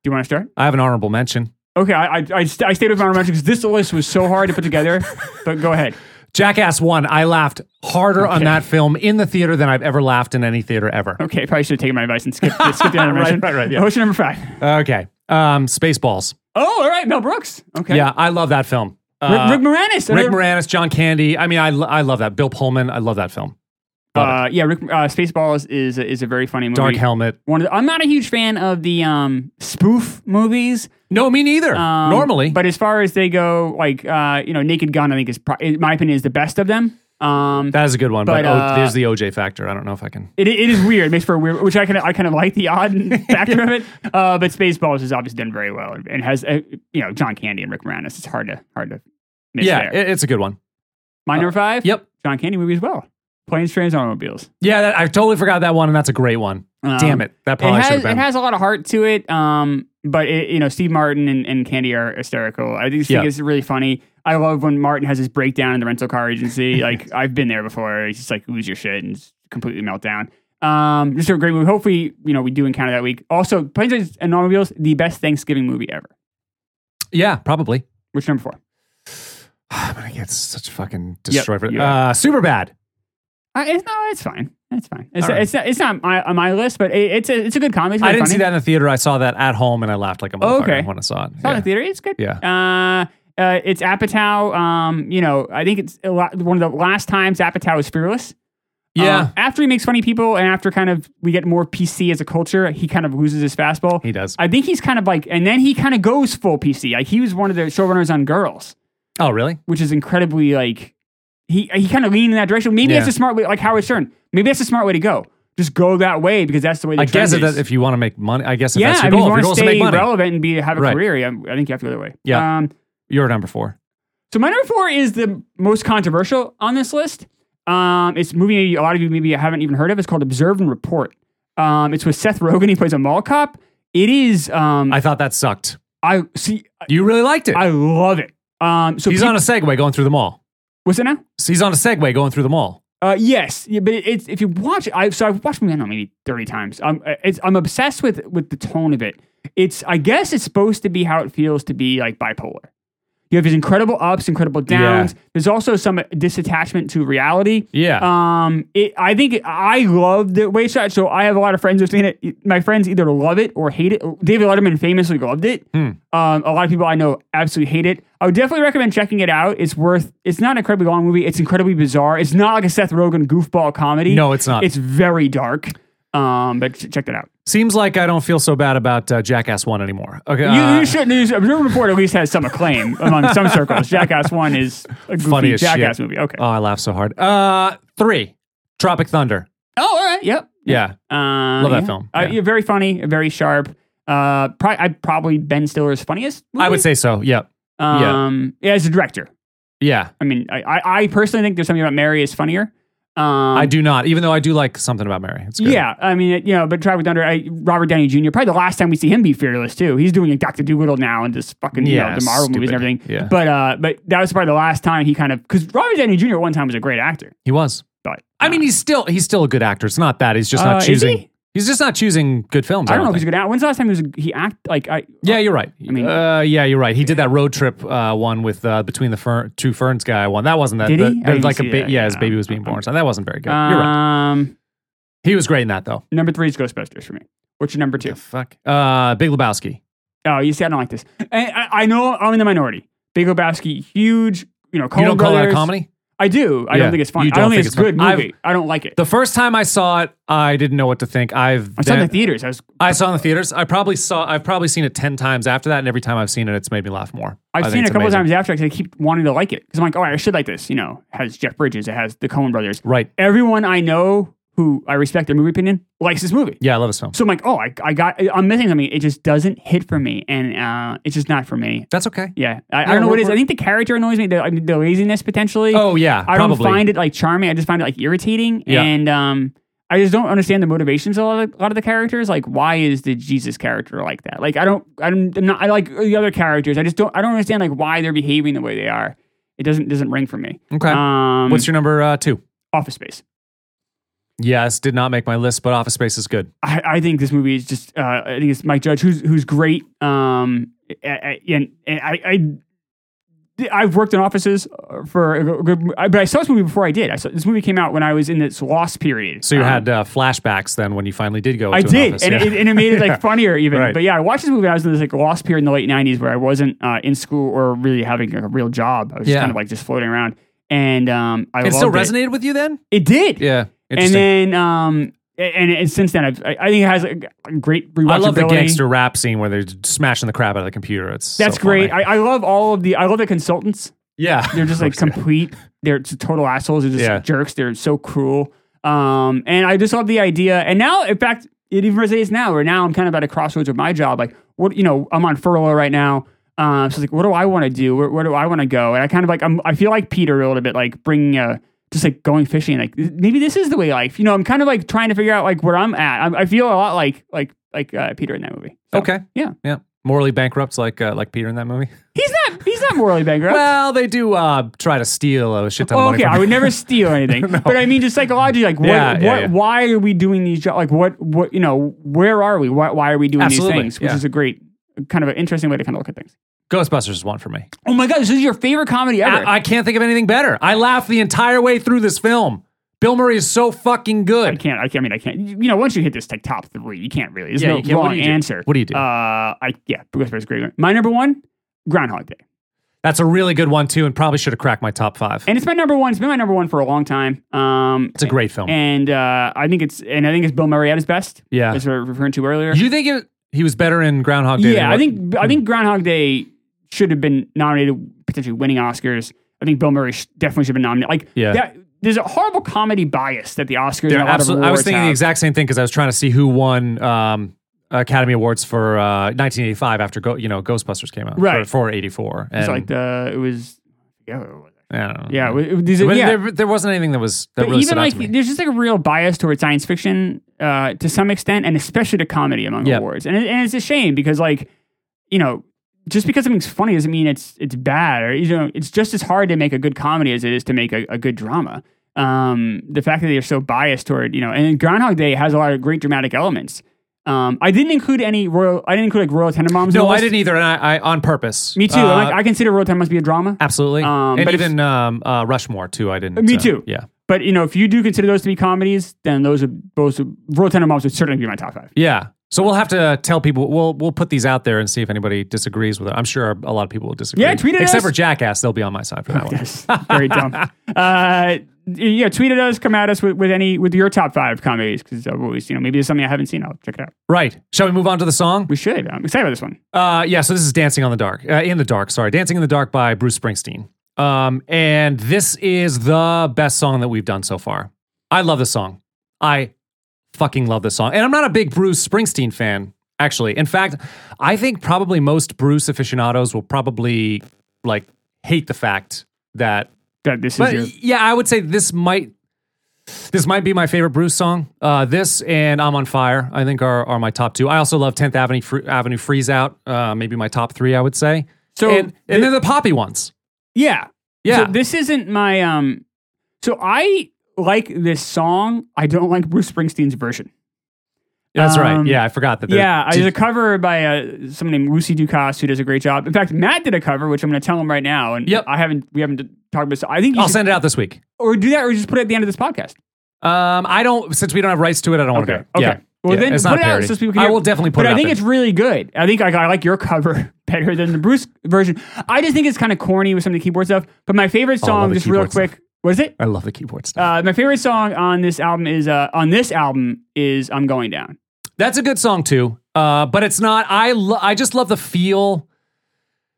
you want to start?
I have an honorable mention.
Okay, I I, I, st- I stayed with my romantic because this list was so hard to
[laughs]
put together. but go ahead.
Jackass One. I laughed harder on that film in the theater than I've ever laughed in any theater ever.
Okay, probably should have taken my advice and skipped,
[laughs]
skipped the animation.
Right, right, right, yeah.
What's your number five?
Okay, um, Spaceballs.
Oh, all right, Mel Brooks. Okay.
Yeah, I love that film.
Rick,
Uh,
Rick Moranis.
Rick
another-
Moranis, John Candy. I mean, I, lo- I love that. Bill Pullman. I love that film. Love
Uh, yeah, Rick, uh, Spaceballs is is a very funny movie.
Dark Helmet.
One of the, I'm not a huge fan of the um, spoof movies.
No, me neither.
um,
Normally,
but as far as they go, like uh, you know, Naked Gun, I think is pro- in my opinion is the best of them. Um,
That is a good one, but,
But, uh,
oh, there's the OJ factor. I don't know if I can.
it, it is weird. It makes for a weird, which I kind of I kind of like
[laughs]
the odd [laughs] factor of it. Uh, but Spaceballs has obviously done very well and has uh, you know John Candy and Rick Moranis. It's hard to hard to miss
Yeah,
there.
it, it's a good one.
My number five,
Yep.
John Candy movie as well. Planes, Trains, Automobiles.
Yeah, that, I totally forgot that one, and that's a great one.
Um,
Damn it, that probably
it
should have
has
been.
it has a lot of heart to it. Um, but it, you know Steve Martin and, and Candy are hysterical. I just think
Yeah.
it's really funny. I love when Martin has his breakdown in the rental
[laughs]
car agency. like I've been there before. He's just like lose your shit and just completely melt down. Um, just a great movie. Hopefully, you know we do encounter that week. Also, Planes, Trains, and Automobiles, the best Thanksgiving movie ever.
yeah, probably. [sighs]
Which number four?
I'm gonna get such fucking destroyed for
you
Uh, super bad.
Uh, it's no, it's fine. It's fine. It's,
All right.
it's, not, it's not my on my list, but it, it's a it's a good comedy. It's
I
really
didn't
funny.
see that in the theater. I saw that at home, and I laughed like a
Oh,
motherfucker
okay.
when I saw it.
Saw it in
Yeah.
the theater. It's good.
Yeah.
Uh, uh, it's Apatow. Um, you know, I think it's a lot, one of the last times Apatow was fearless.
Yeah.
Uh, after he makes funny people, and after kind of we get more PC as a culture, he kind of loses his fastball.
He does.
I think he's kind of like, and then he kind of goes full PC. Like he was one of the showrunners on Girls,
oh, really?
which is incredibly like he he kind of leaned in that direction. Maybe
Yeah.
that's a smart way, like Howard Stern. Maybe that's a smart way to go. Just go that way because that's the way. The
I guess
trend
if,
is.
that, if you want to make money, I guess if
yeah,
that's
I
your
mean,
goal, if
if
your
you
goal is
want to
to make
stay
money,
relevant and be have a
Right.
career, I, I think you have to go that way.
Yeah.
Um,
you're number four.
so my number four is the most controversial on this list. Um, it's a movie a lot of you maybe haven't even heard of. It's called Observe and Report. Um, it's with Seth Rogen. He plays a mall cop. It is. Um, I,
I thought that sucked.
see.
You really liked it.
I love it. Um, so
he's
peop-
on a Segway going through the mall.
What's it now?
So he's on a Segway going through the mall.
Uh, yes, yeah, but it's if you watch it, I so I've watched it, I don't know, maybe thirty times. I'm uh, it's I'm obsessed with with the tone of it. It's I guess it's supposed to be how it feels to be like bipolar. You have his incredible ups, incredible downs. There's also some disattachment to reality.
Yeah.
Um, it, I think I love the way shot. So I have a lot of friends who've seen it. My friends either love it or hate it. David Letterman famously loved it. Um, a lot of people I know absolutely hate it. I would definitely recommend checking it out. It's worth. It's not an incredibly long movie. It's incredibly bizarre. It's not like a Seth Rogen goofball comedy.
No, it's not.
It's very dark. Um, but ch- check that out.
Seems like I don't feel so bad about uh, Jackass One anymore. Okay,
You,
uh,
you should. You should- Observer Report at least has some acclaim among some circles. Jackass One is a goofy
funny as
Jackass
shit.
movie. Okay.
Oh, I laugh so hard. Uh, three, Tropic Thunder.
oh, all right. Yep.
Yeah,
Um,
Love that
yeah.
film.
Uh,
Yeah.
yeah, very funny, very sharp. Uh, pro- I probably Ben Stiller's funniest. Movie.
I would say so. Yep. yeah.
Um, yeah. as a director.
Yeah,
I mean, I, I, I personally think there's something about Mary is funnier. Um,
I do not. Even though I do like something about Mary. It's good.
Yeah, I mean, you know, but Travis Thunder, I, Robert Downey Jr. Probably the last time we see him be fearless too. He's doing like Doctor Doolittle now and just fucking you
Yeah,
know, the Marvel movies and
stupid.
everything.
Yeah.
But uh, but that was probably the last time he kind of because Robert Downey Jr. at one time was a great actor.
he was.
But
I mean, he's still he's still a good actor. It's not that he's just
Uh,
not
is
choosing.
he?
He's just not choosing good films.
I don't know if he's
think.
good. At, when's the last time he was he act like I
Yeah, you're right.
mean-
uh, yeah, you're right. He did that road trip uh, one with uh, between the fern, two ferns guy one. That wasn't that.
Did he?
that-
I
that was
didn't
like a
see
ba-
that.
yeah, his
No.
baby was being born, so that wasn't very good.
um,
you're right. He was great in that though.
Number three is Ghostbusters for me. What's your number two?
Yeah, fuck. Uh, Big Lebowski.
Oh, you see, I don't like this. And I, I know I'm in the minority. Big Lebowski, huge. You know, Coen
you don't call that a
Brothers.
comedy?
I do. I
Yeah.
don't think it's funny.
You
I don't think, it's a
fun.
good
I've-
movie. I don't like it.
The first time I saw it, I didn't know what to think. I've
I saw it in
then-
the theaters. I was
I saw it in the theaters. I probably saw. I've probably seen it ten times after that, and every time I've seen it, it's made me laugh more. I
I've
think
seen it
it's
a couple
amazing.
times after because I keep wanting to like it because I'm like, oh, I should like this. You know, it has Jeff Bridges, it has the Coen Brothers.
Right.
Everyone I know who I respect their movie opinion likes this movie.
Yeah, I love this film.
So I'm like, oh, I, I got, I'm missing something. It just doesn't hit for me, and uh, it's just not for me.
That's okay.
Yeah, I, I don't know
we're-
what it is. I
we're-
think the character annoys me. The, I mean, the laziness potentially.
Oh yeah,
I
probably.
don't find it like charming. I just find it like irritating,
Yeah.
and um, I just don't understand the motivations of a lot of, a lot of the characters. Like, why is the Jesus character like that? Like, I don't, I'm, I'm not, I like the other characters. I just don't, I don't understand like why they're behaving the way they are. It doesn't doesn't ring for me.
okay.
Um,
What's your number uh, two?
Office Space?
Yes, did not make my list, but Office Space is good.
I, I think this movie is just. Uh, I think it's Mike Judge, who's who's great. Um, I- I- and, and I, I, I've worked in offices uh, for, a good- I- but I saw this movie before I did. I saw this movie came out when I was in this lost period.
So you
Um,
had uh, flashbacks then when you finally did go.
I
to an
did,
office. [laughs]
and,
Yeah.
it, and it made it like funnier even.
Right.
But yeah, I watched this movie. I was in this like lost period in the late '90s where I wasn't uh, in school or really having like, a real job. I was
Yeah.
just kind of like just floating around, and um, I
It still
loved
resonated with you then?
It, it did,
Yeah.
And
Interesting.
then, um, and, and since then, I've, I, I think it has like, a great rewatchability.
I love the gangster rap scene where they're smashing the crap out of the computer. It's
That's
so
great.
funny.
I, I love all of the. I love the consultants.
yeah.
They're just like complete. They're just total assholes. They're just
Yeah.
jerks. They're so cruel. Um, and I just love the idea. And now, in fact, it even resonates now. Where now I'm kind of at a crossroads with my job. Like, what you know, I'm on furlough right now. Um, so it's like, what do I want to do? Where, where do I want to go? And I kind of like, I'm, I feel like Peter a little bit, like bringing a, just like going fishing. Like maybe this is the way of life. You know, I'm kind of like trying to figure out like where I'm at. I'm, I feel a lot like like like uh, Peter in that movie. So,
Okay.
Yeah,
[laughs] Yeah. Morally bankrupt like uh, like Peter in that
[laughs]
movie.
he's not he's not morally
[laughs]
bankrupt.
Well, they do uh, try to steal a shit ton of
Oh,
money.
okay,
from
I
[laughs]
would never steal anything, but I mean, just psychologically, like, what,
Yeah,
what,
yeah, yeah.
why are we doing these jobs? Like, what, what, you know, where are we? Why, why are we doing
Absolutely,
these things? Which
yeah.
is a great, kind of an interesting way to kind of look at things.
Ghostbusters is one for me.
Oh my god, this is your favorite comedy ever.
I, I can't think of anything better. I laughed the entire way through this film. Bill Murray is so fucking
I
good.
can't. I, can't, I mean, I can't. You know, once you hit this like top three, you can't really. There's
Yeah,
no
you can't. What
wrong
do you do?
answer.
What do you do?
Uh, I yeah, Ghostbusters is a great. one. My number one, Groundhog Day,
That's a really good one too, and probably should have cracked my top five.
and it's my number one. It's been my number one for a long time. Um,
It's a great film.
and uh, I think it's and I think it's Bill Murray at his best.
Yeah.
as we were referring to earlier.
you think it, he was better in Groundhog Day? than
Yeah, I
what- Hmm.
think I think Groundhog Day should have been nominated, potentially winning Oscars. I think Bill Murray sh- definitely should have been nominated. Like,
Yeah.
that, there's a horrible comedy bias that the Oscars.
They're
and a lot of
absolute- I was
awards
thinking the
have.
exact same thing because I was trying to see who won um, Academy Awards for uh, 1985 after Go, you know Ghostbusters came out,
Right.
For, for 84, and
It's like the it was yeah it was-
I don't know.
yeah it was- it was- these-
But
yeah.
There, there wasn't anything that was that
But
really
even
stood out
like
to me.
there's just like a real bias toward science fiction uh, to some extent, and especially to comedy among
Yeah.
awards, and, it, and it's a shame because like you know just because something's funny doesn't mean it's it's bad or you know it's just as hard to make a good comedy as it is to make a, a good drama. Um, the fact that they're so biased toward you know, and Groundhog Day has a lot of great dramatic elements. Um, I didn't include any royal. I didn't include like Royal Tenenbaums. in
No,
the
I
list.
didn't either, and I, I on purpose.
Me too.
Uh,
like, I consider Royal Tenenbaums to be a drama.
absolutely.
Um,
and
but if-
even um, uh, Rushmore too. I didn't.
Me
uh,
too.
Yeah.
But you know, if you do consider those to be comedies, then those are those are, Royal Tenenbaums would certainly be my top five.
Yeah. So we'll have to tell people. We'll we'll put these out there and see if anybody disagrees with it. I'm sure a lot of people will disagree.
Yeah, tweet at
Except
us.
for Jackass, they'll be on my side for that one.
Yes, very
[laughs]
dumb. Uh, yeah, tweet at us, come at us with, with any with your top five comedies uh, because I've always you know maybe there's something I haven't seen. I'll check it out.
Right. Shall we move on to the song?
We should. I'm excited about this one.
Uh, yeah. So this is Dancing on the Dark. Uh, in the Dark. Sorry, Dancing in the Dark by Bruce Springsteen. Um, and this is the best song that we've done so far. I love this song. I fucking love this song. And I'm not a big Bruce Springsteen fan, actually. In fact, I think probably most Bruce aficionados will probably like hate the fact that
That this
But
is your
yeah, I would say this might this might be my favorite Bruce song. Uh, this and "I'm on Fire" I think are are my top two. I also love 10th Avenue Fre- Avenue Freeze Out. Uh, maybe my top three, I would say.
so
and, and they're the poppy ones.
yeah
Yeah,
So this isn't my um. So I like this song. I don't like Bruce Springsteen's version.
that's right.
um,
Yeah, I forgot that. they're-
Yeah, I
Did-
there's a cover by uh, someone named Lucy Ducasse who does a great job. In fact, Matt did a cover, which I'm going to tell him right now. And
Yep.
I haven't we haven't talked about. This. I think you
I'll
should-
send it out this week.
or do that, or just put it at the end of this podcast.
Um, I don't since we don't have rights to it. I don't want to
Okay.
do it.
Okay.
Yeah.
Well,
Yeah,
then
it's
put
not a
it out
parody.
so people can
I
hear-
will definitely put
But
it.
I
out
think
there.
it's really good. I think I, I like your cover [laughs] better than the Bruce version. I just think it's kind of corny with some of the keyboard stuff. But my favorite
I love
song,
the
just real
keyboard stuff.
quick, was it?
I love the keyboard stuff.
Uh, my favorite song on this album is uh, on this album is "I'm Going Down."
That's a good song too. Uh, but it's not. I lo- I just love the feel.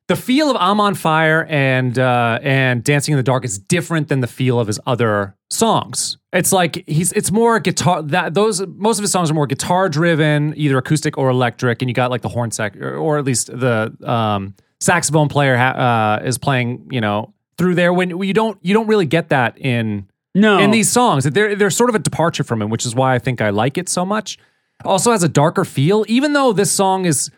The feel of "I'm on Fire" and uh, and "Dancing in the Dark" is different than the feel of his other songs. It's like he's it's more guitar. That those most of his songs are more guitar driven, either acoustic or electric, and you got like the horn sec or, or at least the um, saxophone player ha- uh, is playing. You know through there when you don't you don't really get that in
No,
in these songs. They're they're sort of a departure from him, which is why I think I like it so much. Also has a darker feel, even though this song is.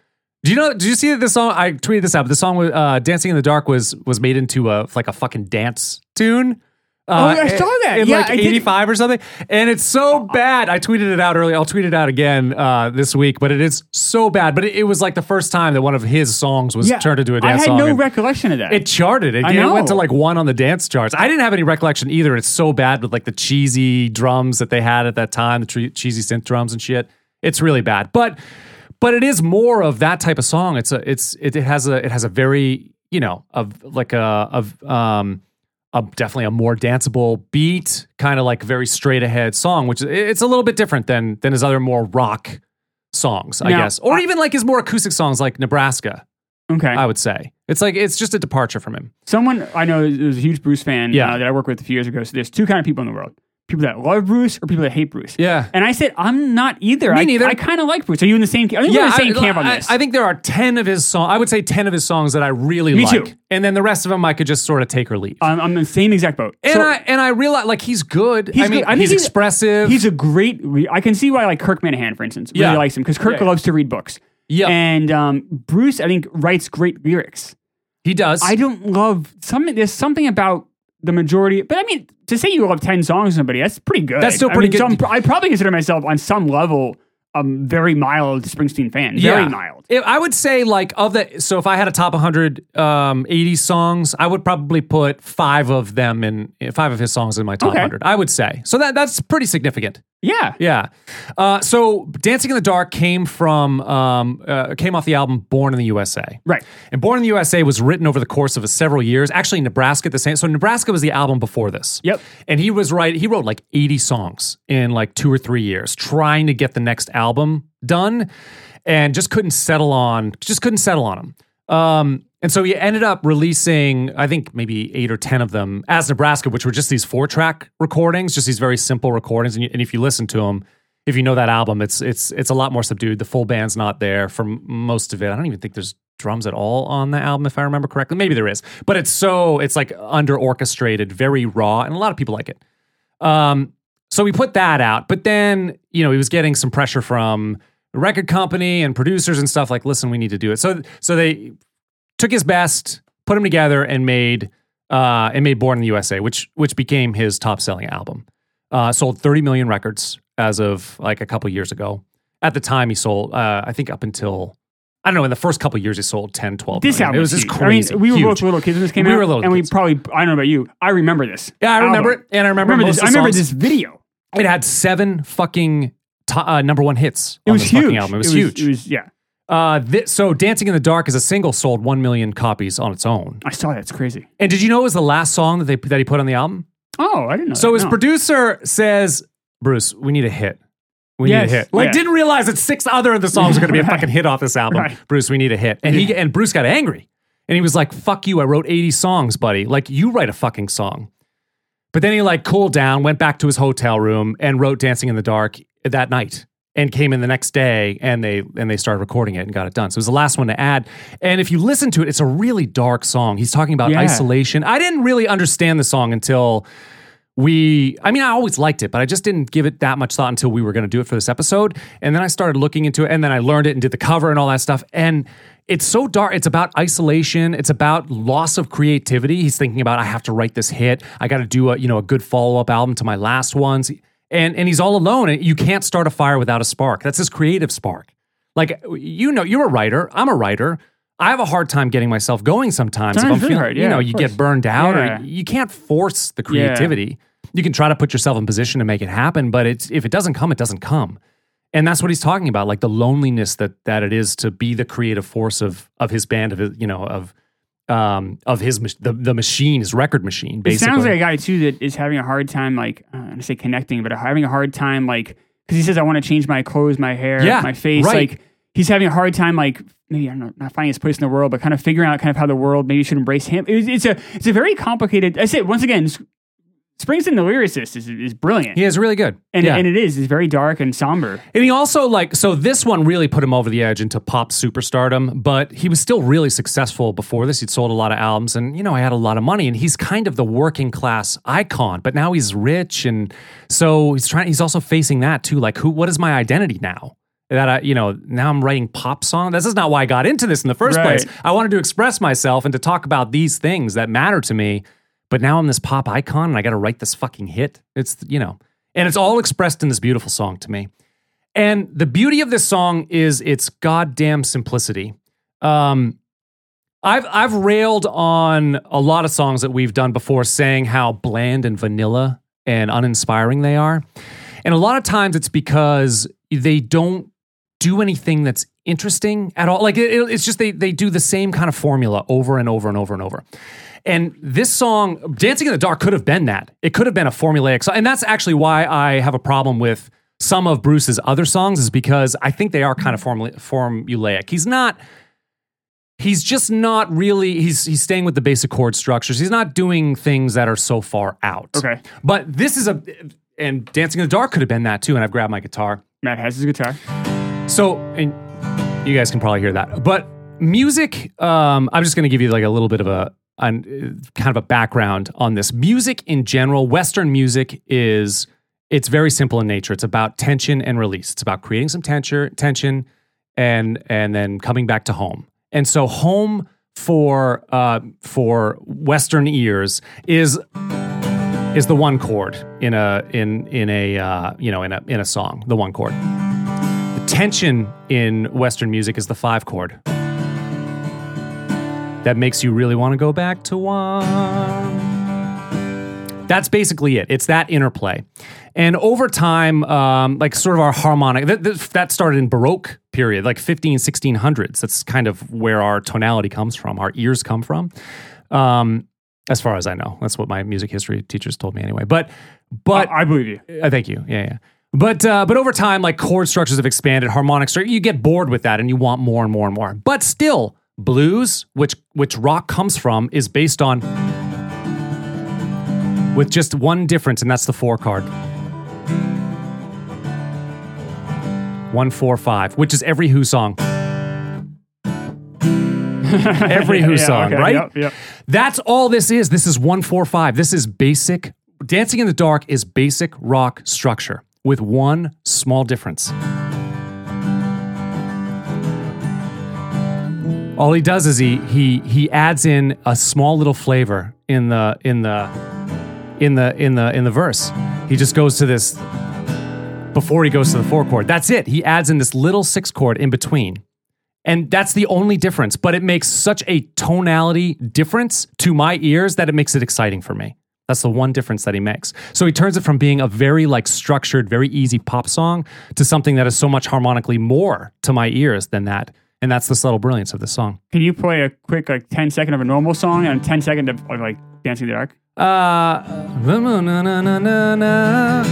Do you know? Did you see that this song? I tweeted this out. But the song was uh, "Dancing in the Dark" was was made into a like a fucking dance tune. Uh,
I saw that.
in
Oh, Yeah,
like
I did-
'85 or something, and it's so bad. I tweeted it out earlier. I'll tweet it out again uh, this week, but it is so bad. But it, it was like the first time that one of his songs was
Yeah,
turned into a
I
dance
had
song.
no
and-
recollection of that.
it charted. It,
I
it went
know.
to like one on the dance charts. I didn't have any recollection either. It's so bad with like the cheesy drums that they had at that time, the tre- cheesy synth drums and shit. It's really bad. But but it is more of that type of song. It's a it's it, it has a it has a very you know of like a of um a definitely a more danceable beat, kind of like very straight ahead song, which is it's a little bit different than than his other more rock songs, I
Now,
guess, or even like his more acoustic songs like Nebraska.
okay,
I would say it's like it's just a departure from him.
someone I know is is a huge Bruce fan
Yeah.
uh, that I worked with a few years ago. So there's two kind of people in the world: people that love Bruce or people that hate Bruce.
Yeah.
And I said, I'm not either.
Me
I,
neither.
I kind of like Bruce. Are you in the same? I think we're in the same
I,
camp on
I-
this.
I think there are ten of his songs. I would say ten of his songs that I really
Me
like,
too.
and then the rest of them I could just sort of take or leave.
I'm, I'm in the same exact boat.
and
So
I and I realize like he's good. I mean,
good. think
he's, expressive.
He's a great. re- I can see why like Kirk Manahan, for instance, really
Yeah.
likes him because Kirk
Yeah.
loves to read books.
Yeah.
And um, Bruce, I think, writes great lyrics.
he does.
I don't love some. There's something about the majority, but I mean, to say you love ten songs, somebody that's pretty good.
That's still
I
pretty
mean,
good.
some- I probably consider myself on some level a very mild Springsteen fan. Very mild.
If- I would say like of the so if I had a top 100 um 80 songs, I would probably put 5 of them in five of his songs in my top
Okay.
100. I would say. So that that's pretty significant.
Yeah.
Yeah. Uh, so Dancing in the Dark came from um, uh, came off the album Born in the USA.
Right.
And Born in the USA was written over the course of several years. Actually, Nebraska the same. So Nebraska was the album before this.
Yep.
And he was right. He wrote like 80 songs in like two or three years, trying to get the next album done, and just couldn't settle on just couldn't settle on them. Um, and so he ended up releasing, I think maybe eight or ten of them as Nebraska, which were just these four track recordings, just these very simple recordings. And, you, and if you listen to them, if you know that album, it's it's it's a lot more subdued. The full band's not there for m- most of it. I don't even think there's drums at all on the album, if I remember correctly. Maybe there is, but it's so it's like under orchestrated, very raw, and a lot of people like it. Um, so we put that out, but then you know he was getting some pressure from the record company and producers and stuff like, listen, we need to do it. So so they took his best, put him together, and made uh, and made Born in the USA, which which became his top selling album. Uh, sold 30 million records as of like a couple years ago, At the time, he sold, uh, I think, up until, I don't know, in the first couple years, he sold 10, 12.
This
million.
album,
Oh, It was just
huge.
crazy.
I mean, we
huge.
were both little kids when this came
We
out,
were little
and
kids.
we probably. I don't know about you. I remember this.
Yeah, I remember
album.
it. And I
I
remember,
remember
most
this.
of
I
the
remember
songs.
this video.
It had seven fucking to uh, number one hits.
It
on
was
this
huge.
Fucking album. It was huge.
It was yeah.
uh, thi- so, Dancing in the Dark as a single sold 1 million copies on its own.
I saw that. It's crazy.
And did you know it was the last song that, they, that he put on the album?
Oh, I didn't know.
So
that,
his
no.
producer says, Bruce, we need a hit. We
Yes,
need a hit. Like,
yeah.
didn't realize that six other of the songs are going to be a
[laughs] Right.
fucking hit off this album.
Right.
Bruce, we need a hit. And he and Bruce got angry, and he was like, "Fuck you! I wrote eighty songs, buddy. Like, you write a fucking song." But then he like cooled down, went back to his hotel room, and wrote "Dancing in the Dark" that night, and came in the next day, and they and they started recording it and got it done. So it was the last one to add. And if you listen to it, it's a really dark song. He's talking about
Yeah.
isolation. I didn't really understand the song until we i mean i always liked it but i just didn't give it that much thought until we were going to do it for this episode and then i started looking into it and then i learned it and did the cover and all that stuff and it's so dark it's about isolation it's about loss of creativity he's thinking about i have to write this hit i got to do a you know a good follow-up album to my last ones and and he's all alone and you can't start a fire without a spark that's his creative spark like you know you're a writer i'm a writer i have a hard time getting myself going sometimes if
Sometimes
i'm
it's really
feeling
hard,
you
yeah,
know
of
you
course.
get burned out
Yeah.
or you can't force the creativity. You can try to put yourself in position to make it happen, but it's if it doesn't come, it doesn't come. And that's what he's talking about, like the loneliness that that it is to be the creative force of of his band, of his, you know, of um of his mach- the, the machine, his record machine,
It
basically.
sounds like a guy too that is having a hard time, like uh, I don't wanna say connecting, but having a hard time, like because he says I want to change my clothes, my hair,
Yeah,
my face.
right.
Like he's having a hard time, like maybe I don't know, not finding his place in the world, but kind of figuring out kind of how the world maybe should embrace him. It's, it's a it's a very complicated. I say once again, S- Springsteen the lyricist is is brilliant,
he is really good.
and
yeah.
and it is it's very dark and somber.
And he also like so this one really put him over the edge into pop superstardom, but he was still really successful before this. He'd sold a lot of albums and you know, I had a lot of money and he's kind of the working class icon, but now he's rich and so he's trying he's also facing that too like who what is my identity now? That I, you know, now I'm writing pop song. This is not why I got into this in the first
Right.
place. I wanted to express myself and to talk about these things that matter to me, but now I'm this pop icon and I got to write this fucking hit. It's, you know, and it's all expressed in this beautiful song to me. And the beauty of this song is its goddamn simplicity. Um, I've I've railed on a lot of songs that we've done before, saying how bland and vanilla and uninspiring they are, and a lot of times it's because they don't do anything that's interesting at all. Like it, it- it's just they they do the same kind of formula over and over and over and over. And this song, Dancing in the Dark, could have been that. It could have been a formulaic song, and that's actually why I have a problem with some of Bruce's other songs, is because I think they are kind of formula, formulaic. He's not. He's just not really. He's he's staying with the basic chord structures. He's not doing things that are so far out.
Okay.
But this is a and Dancing in the Dark could have been that too. And I've grabbed my guitar.
Matt has his guitar.
So, and you guys can probably hear that. But music, um, I'm just going to give you like a little bit of a an, uh, kind of a background on this. Music in general, Western music is it's very simple in nature. It's about tension and release. It's about creating some tension, tension, and and then coming back to home. And so, home for uh, for Western ears is is the one chord in a in in a uh, you know in a in a song. The one chord tension in Western music is the five chord. That makes you really want to go back to one. That's basically it. It's that interplay. And over time, um, like sort of our harmonic, that, that, that started in Baroque period, like 15, 1600s. That's kind of where our tonality comes from, our ears come from. Um, as far as I know, that's what my music history teachers told me anyway. But, but
I, I believe you.
uh, thank you. Yeah, yeah. But uh, but over time, like chord structures have expanded, harmonic structure, you get bored with that, and you want more and more and more. But still, blues, which which rock comes from, is based on with just one difference, and that's the four card. One four five, which is every Who
[laughs]
song. every Who
Yeah,
song,
okay,
right?
Yep, yep.
That's all this is. This is 145. This is basic. Dancing in the Dark is basic rock structure with one small difference. All he does is he he he adds in a small little flavor in the in the in the in the in the verse. He just goes to this before he goes to the four chord. That's it. He adds in this little six chord in between. And that's the only difference, but it makes such a tonality difference to my ears that it makes it exciting for me. That's the one difference that he makes. So he turns it from being a very like structured, very easy pop song to something that is so much harmonically more to my ears than that. And that's the subtle brilliance of this song.
Can you play a quick like 10 second of a normal song and a 10 second of, of like Dancing in the Dark?
Uh, na-na-na-na-na-na.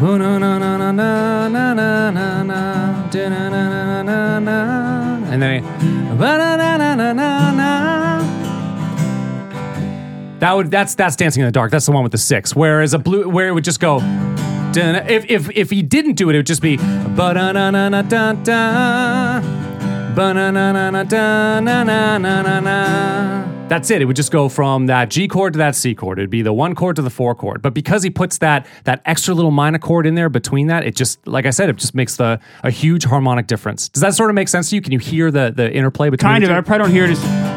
Na-na-na-na-na-na-na-na-na. Da-na-na-na-na-na. and then Ba-da-da-da-da-na-na. that would that's that's dancing in the dark that's the one with the six whereas a blue where it would just go da-na. if if if he didn't do it it would just be ba-da-na-na-na-da-da. Ba-na-na-na-na-da-na-na-na-na. That's it. It would just go from that G chord to that C chord. It'd be the one chord to the four chord. But because he puts that that extra little minor chord in there between that, it just like I said, it just makes the a huge harmonic difference. Does that sort of make sense to you? Can you hear the the interplay between?
Kind
the
of.
two?
I probably don't hear it as.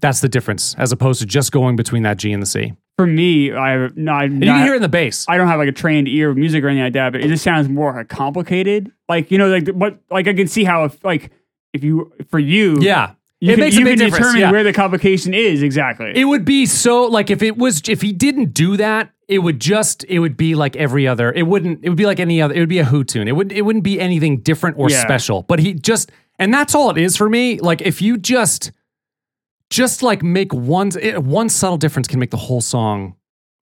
That's the difference, as opposed to just going between that G and the C.
For me, I no, I,
And you can hear it in the bass.
I don't have like a trained ear of music or anything like that, but it just sounds more complicated. Like you know, like what? Like I can see how if like if you for you,
yeah,
you
it
can,
makes
you
a big
can
difference.
determine
yeah.
where the complication is exactly.
It would be so like if it was if he didn't do that, it would just it would be like every other. It wouldn't it would be like any other. It would be a who tune. It would it wouldn't be anything different or
Yeah.
special. But he just and that's all it is for me. Like if you just just like make one it, one subtle difference can make the whole song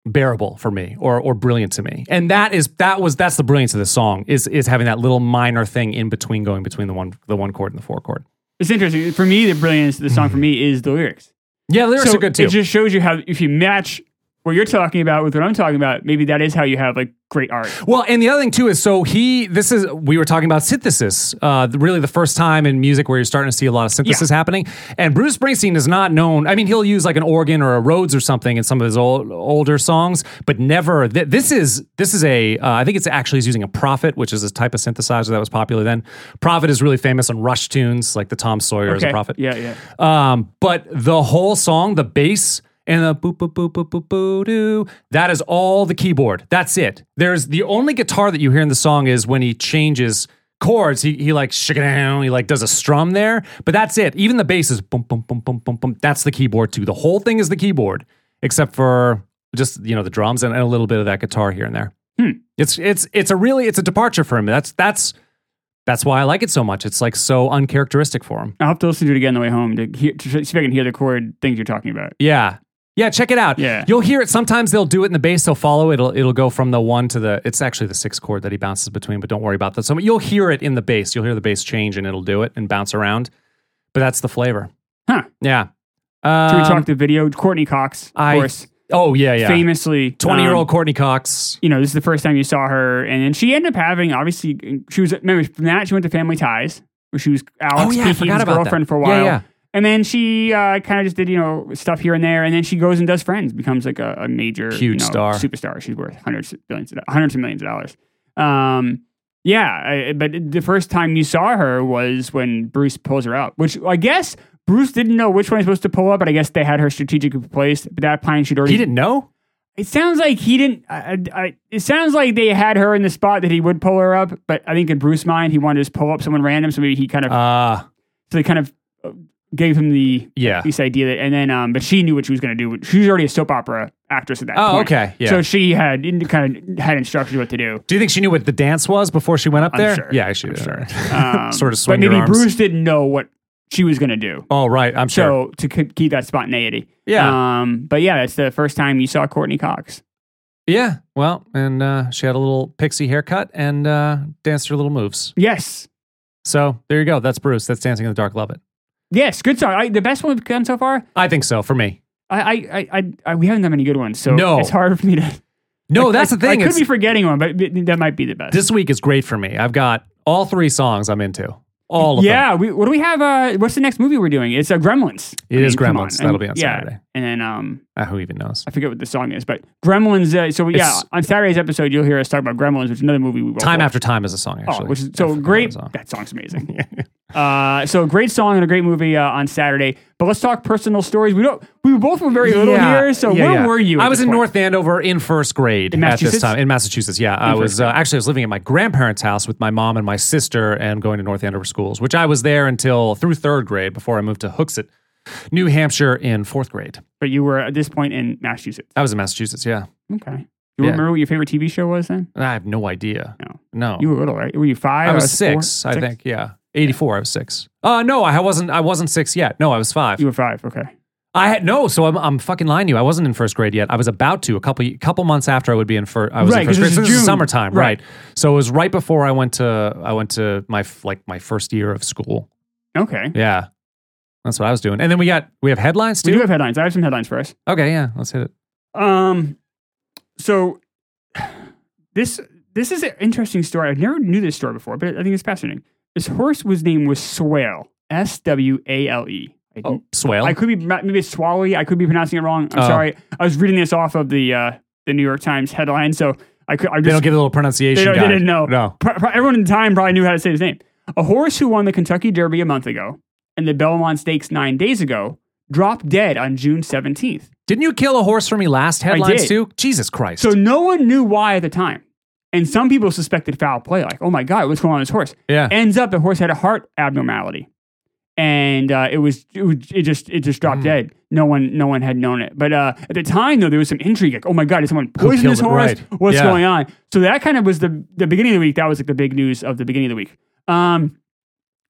bearable for me or or brilliant to me. And that is that was that's the brilliance of the song is is having that little minor thing in between going between the one the one chord and the four chord.
it's interesting for me. The brilliance of the song for me is the lyrics.
Yeah, Mm-hmm. lyrics
so
are good too.
It just shows you how if you match what you're talking about with what I'm talking about, maybe that is how you have like great art.
Well, and the other thing too is so he this is we were talking about synthesis, uh, the- really the first time in music where you're starting to see a lot of synthesis happening. And Bruce Springsteen is not known. I mean, he'll use like an organ or a Rhodes or something in some of his old, older songs, but never. Th- this is this is a uh, I think it's actually he's using a Prophet, which is a type of synthesizer that was popular then. Prophet is really famous on Rush tunes, like the Tom Sawyer is a
Okay.
Prophet.
Yeah, yeah.
Um, but the whole song, the bass and the boop boop boop boop boop boo doo, that is all the keyboard. That's it. There's the only guitar that you hear in the song is when he changes chords. He he like shake it down. He like does a strum there, but that's it. Even the bass is boom boom boom boom boom boom. That's the keyboard too. The whole thing is the keyboard, except for just you know the drums and, and a little bit of that guitar here and there. It's it's it's a really it's a departure for him. That's that's that's why I like it so much. It's like so uncharacteristic for him.
I'll have to listen to it again on the way home to, hear, to see if I can hear the chord things you're talking about.
Yeah. Yeah, check it out.
Yeah.
You'll hear it. Sometimes they'll do it in the bass, they'll follow it. It'll it'll go from the one to the it's actually the sixth chord that he bounces between, but don't worry about that. So you'll hear it in the bass. You'll hear the bass change and it'll do it and bounce around. But that's the flavor.
Huh.
Yeah.
Should we
Um,
talk the video? Courtney Cox, of
I-
course,
oh yeah, yeah.
famously
Twenty year old
um,
Courtney Cox.
you know, this is the first time you saw her, and then she ended up having obviously she was remember from that she went to Family Ties where she was Alex
Oh, yeah, I
Peakey's
forgot about that.
girlfriend for a
Yeah,
while,
yeah.
and then she uh, kind of just did you know stuff here and there, and then she goes and does Friends, becomes like a, a major you
Huge
know,
star.
superstar. She's worth hundreds of billions, of, do- hundreds of millions of dollars. Um, yeah, I, but the first time you saw her was when Bruce pulls her out, which I guess. Bruce didn't know which one he's supposed to pull up, but I guess they had her strategically placed. But that plan she'd already
He didn't know?
it sounds like he didn't. I, I, I- it sounds like they had her in the spot that he would pull her up, but I think in Bruce's mind he wanted to just pull up someone random, so maybe he kind of
Uh
so they kind of uh, gave him the
yeah.
this idea that, and then um, but she knew what she was going to do. She was already a soap opera actress at that.
Oh,
point.
okay, yeah.
So she had in- kind of had instructions what
[laughs]
to do.
Do you think she knew what the dance was before she went up
I'm
there?
sure.
Yeah, she
I'm
did. [laughs]
sure. Um,
Sort of
but
swing your
maybe
arms.
Bruce didn't know what she was going to do.
Oh right, I'm sure.
So to k- keep that spontaneity.
Yeah.
Um, but yeah, that's the first time you saw Courtney Cox.
yeah. Well, and uh, she had a little pixie haircut and uh, danced her little moves.
Yes.
So there you go. That's Bruce. That's Dancing in the Dark. Love it.
Yes, good song. I, the best one we've done so far.
I think so for me.
I, I, I, I, I we haven't done many good ones, so
No.
it's hard for me to.
[laughs] No,
I-
that's
I-
the thing.
I could
It's,
be forgetting one, but th- that might be the best.
this week is great for me. I've got all three songs I'm into. All of them.
yeah. We, what do we have? Uh, what's the next movie we're doing? It's uh, Gremlins.
It
It is
is Gremlins. That'll be on Saturday.
And then um,
Yeah. Ah, who even knows?
I forget what the song is, but Gremlins. Uh, so yeah,
It's-
on Saturday's episode, you'll hear us talk about Gremlins, which is another movie we wrote
Time
for.
After Time is a song,
Oh,
actually.
which is
I
so
forgot
great.
the song. [laughs]
That song's amazing. Uh, so a great song and a great movie uh, on Saturday. But let's talk personal stories. We don't. We both were very little
Yeah.
here. So
Yeah,
where
yeah.
were you? at
I was
this
in
point?
North Andover in first grade
In
at this
Massachusetts?
time in Massachusetts. Yeah, I was uh, actually I was living at my grandparents' house with my mom and my sister, and going to North Andover schools, which I was there until through third grade before I moved to Hooksett, New Hampshire, in fourth grade.
But you were at this point in Massachusetts.
I was in Massachusetts. Yeah,
Okay. You
Yeah.
remember what your favorite TV show was then?
I have no idea.
No.
No,
You were little, right? Were you five? Uh,
I was
four?
six, I think. Yeah, eighty four. I was six. Uh no, I wasn't. I wasn't six yet. No, I was five.
You were five. Okay.
I had no, so I'm, I'm fucking lying to you. I wasn't in first grade yet. I was about to a couple couple months after I would be in first. I was
Right,
in
'cause
first grade.
this
So
is
this is
June.
summertime,
Right.
right. So it was right before I went to I went to my f- like my first year of school.
Okay.
Yeah, that's what I was doing. And then we got we have headlines
We
too.
do have headlines. I have some headlines for us.
okay, yeah, let's hit it.
Um, so [sighs] this this is an interesting story. I never knew this story before, but I think it's fascinating. This horse was named was Swale, S W A L E. I-
Oh, swale.
I could be maybe it's Swally. I could be pronouncing it wrong. I'm
Oh.
sorry. I was reading this off of the uh, the New York Times headline, so I could. I
they don't
just,
give a little pronunciation.
they, don't- they
guide.
didn't know.
No.
Pro- pro- everyone in time probably knew how to say his name. A horse who won the Kentucky Derby a month ago and the Belmont Stakes nine days ago dropped dead on June seventeenth.
Didn't you kill a horse for me last headlines
did.
too? Jesus Christ.
So no one knew why at the time. And some people suspected foul play, like, oh my God, what's going on with this horse?
yeah.
Ends up the horse had a heart abnormality. And uh, it was it, was- it just it just
Mm.
dropped dead. No one no one had known it. But uh, at the time though, there was some intrigue, like, oh my god, did someone poison
killed
this
it?
horse?
Right.
What's
Yeah.
going on? So that kind of was the the beginning of the week. That was like the big news of the beginning of the week. Um,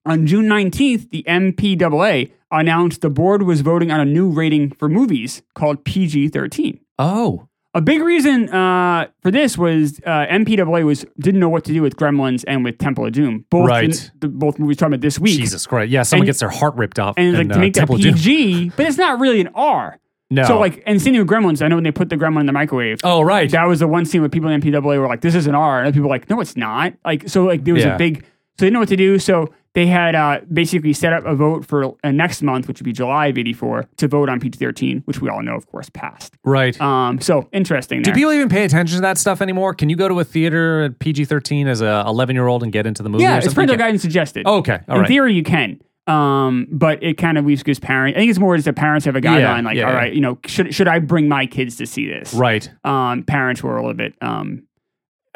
on June 19th, the MPAA announced the board was voting on a new rating for movies called PG 13
oh.
a big reason uh, for this was uh, MPAA was didn't know what to do with Gremlins and with Temple of Doom. Both
Right.
in- the, both movies talking about this week.
Jesus Christ. Yeah, someone
And-
gets their heart ripped off.
And like
uh,
to make that
Temple of Doom.
PG, [laughs] but it's not really an R.
No.
So like, and same thing with Gremlins. I know when they put the Gremlin in the microwave.
Oh right.
That was the one scene where people in MPAA were like, "This is an R," and other people were like, "No, it's not." Like, so like there was a
Yeah.
big, so they didn't know what to do. So they had uh, basically set up a vote for uh, next month, which would be July of '84, to vote on PG thirteen, which we all know, of course, passed.
right.
Um, so interesting.
Do
there.
people even pay attention to that stuff anymore? Can you go to a theater at PG threnteen as a eleven year old and get into the movie?
Yeah,
or
it's
something?
parental guidance suggested.
Oh, okay, all
in
right.
theory, you can. Um, but it kind of leaves because parents. I think it's more as the parents have a guideline,
Yeah,
like,
yeah,
all
yeah.
right, you know, should should I bring my kids to see this?
right.
Um, parents were a little bit. Um,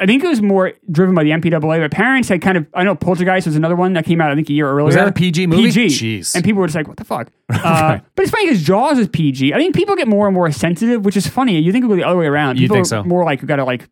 I think it was more driven by the MPAA, but parents had kind of. I know Poltergeist was another one that came out. I think a year earlier.
that a PG movie?
PG.
Jeez.
And people were just like, "What
[laughs]
the fuck?" Uh, But it's funny because Jaws is PG. I think people get more and more sensitive, which is funny. You think it would go the other way around?
You
People
think
are
so?
More like we got to like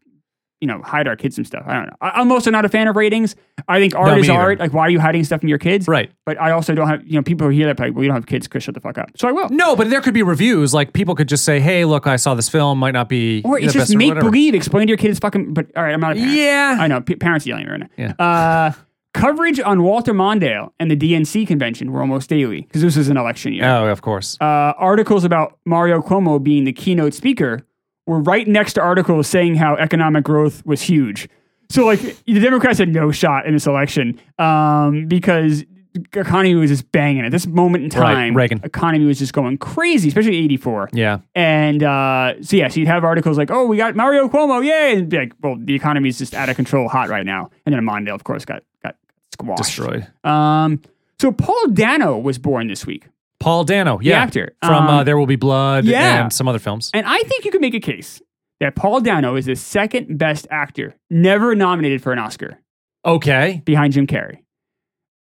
you know, hide our kids some stuff. I don't know. I, I'm also not a fan of ratings. I think art
No, me
is
either.
art. Like, why are you hiding stuff from your kids?
Right.
But I also don't have, you know, people who hear that, like, well, you don't have kids, Chris, shut the fuck up. So I will.
No, but there could be reviews. Like people could just say, "Hey, look, I saw this film. Might not be
Or
the
it's
best
just
or
make
whatever."
believe. Explain to your kids fucking, but all right, I'm not a parent.
Yeah.
I know. P- parents yelling at me right now.
Yeah.
Uh, coverage on Walter Mondale and the DNC convention were almost daily because this is an election year.
Oh, of course.
uh, articles about Mario Cuomo being the keynote speaker were right next to articles saying how economic growth was huge. So, like, the Democrats had no shot in this election um, because economy was just banging at this moment in
Right,
time.
Reagan.
Economy was just going crazy, especially '84.
yeah.
And uh, so, yeah, so you'd have articles like, oh, we got Mario Cuomo, yay. And it'd be like, well, the economy is just out of control, hot right now. And then Mondale, of course, got, got squashed.
Destroyed.
Um, so, Paul Dano was born this week.
Paul Dano, yeah,
actor.
from
Um,
uh, There Will Be Blood,
yeah.
and some other films.
And I think you can make a case that Paul Dano is the second best actor never nominated for an Oscar
Okay.
behind Jim Carrey.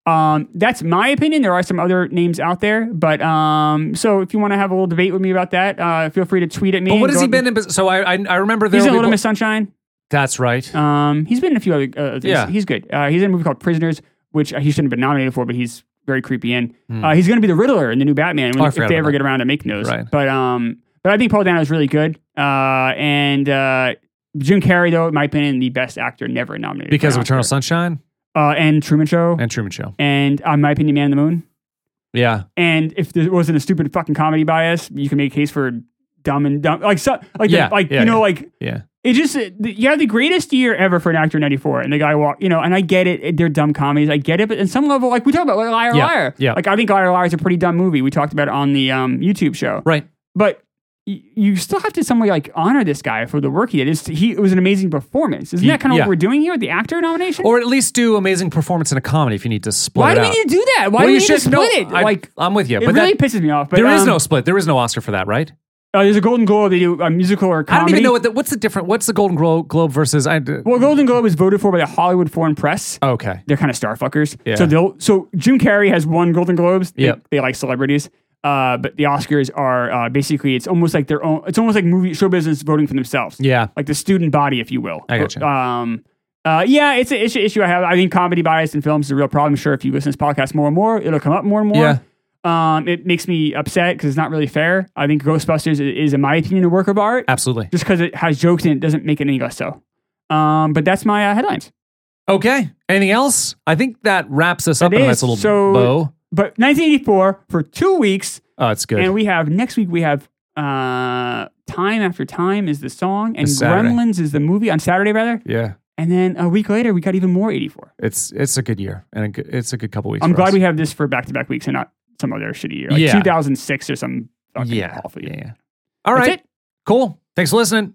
Um, that's my opinion. There are some other names out there, but um, so if you want to have a little debate with me about that, uh, feel free to tweet at me.
But what
and
has
go
he
up-
been in? bes- So I, I, I remember there
He's in
will
Little
be
Miss Sunshine.
Blo- That's right.
Um, he's been in a few other. Uh, things.
Yeah.
he's good. Uh, he's in a movie called Prisoners, which uh, he shouldn't have been nominated for, but he's very creepy in. Uh, he's going to be the Riddler in the new Batman
Hmm. Oh, I
if
forgot
they
about
ever
that.
get around to making those.
Right.
But um, but I think Paul Dano is really good. Uh, and uh, Jim Carrey though, in my opinion, the best actor never nominated
because of
for an Oscar.
Eternal Sunshine
uh, and Truman Show, and,
and Truman Show.
uh, in my opinion, Man on the Moon.
Yeah.
And if there wasn't a stupid fucking comedy bias, you can make a case for Dumb and Dumb, like so, like the-
Yeah,
like
yeah,
you know
yeah.
like
Yeah.
it just uh, th- you have the greatest year ever for an actor in '94, and the guy walk, you know, and I get it. it- They're dumb comedies, I get it, but in some level, like we talk about like, Liar
Yeah,
Liar,
yeah.
Like I think Liar Liar is a pretty dumb movie. We talked about it on the um, YouTube show,
Right.
but y- you still have to some way like honor this guy for the work he did. It's, he, it was an amazing performance. Isn't that kind of
yeah.
what we're doing here with the actor nomination?
Or at least do amazing performance in a comedy if you need to split
Why
it
do we
out.
need to do that? Why
Well,
do we
you
need to
should- no,
split it?
I,
like
I'm with you.
it
but
really
that,
pisses me off. But
there is
um,
no split. There is no Oscar for that, right?
uh, there's a Golden Globe. They do a musical or
I don't
comedy.
even know what the, what's the different. What's the Golden Glo- Globe versus? I,
Well, Golden Globe is voted for by the Hollywood Foreign Press.
okay.
They're kind of star fuckers.
Yeah.
So they'll so Jim Carrey has won Golden Globes. They,
Yep.
they like celebrities. Uh, but the Oscars are uh, basically it's almost like their own. It's almost like movie show business voting for themselves.
Yeah.
like the student body, if you will.
I gotcha.
Um, uh, yeah, it's an issue, issue I have. I think comedy bias in films is a real problem. Sure, if you listen to this podcast more and more, it'll come up more and more.
Yeah.
Um, it makes me upset because it's not really fair. I think Ghostbusters i- is, in my opinion, a work of art.
Absolutely.
Just because it has jokes in it doesn't make it any less so. Um, but that's my uh, headlines.
Okay. Anything else? I think that wraps us up
It
in a
is.
nice little
So-
bow.
But 1984 for two weeks,
Oh, it's good.
and we have next week. We have uh, time after time is the song, and
It's Saturday.
Gremlins is the movie on Saturday rather.
yeah.
And then a week later, we got even more 84.
It's it's a good year and a good, it's a good couple weeks.
I'm
for
glad
us.
we have this for back to back weeks and not some other shitty year, like
Yeah.
2006 or some fucking
yeah.
awful year.
Yeah. All
That's
right.
it.
Cool. Thanks for listening.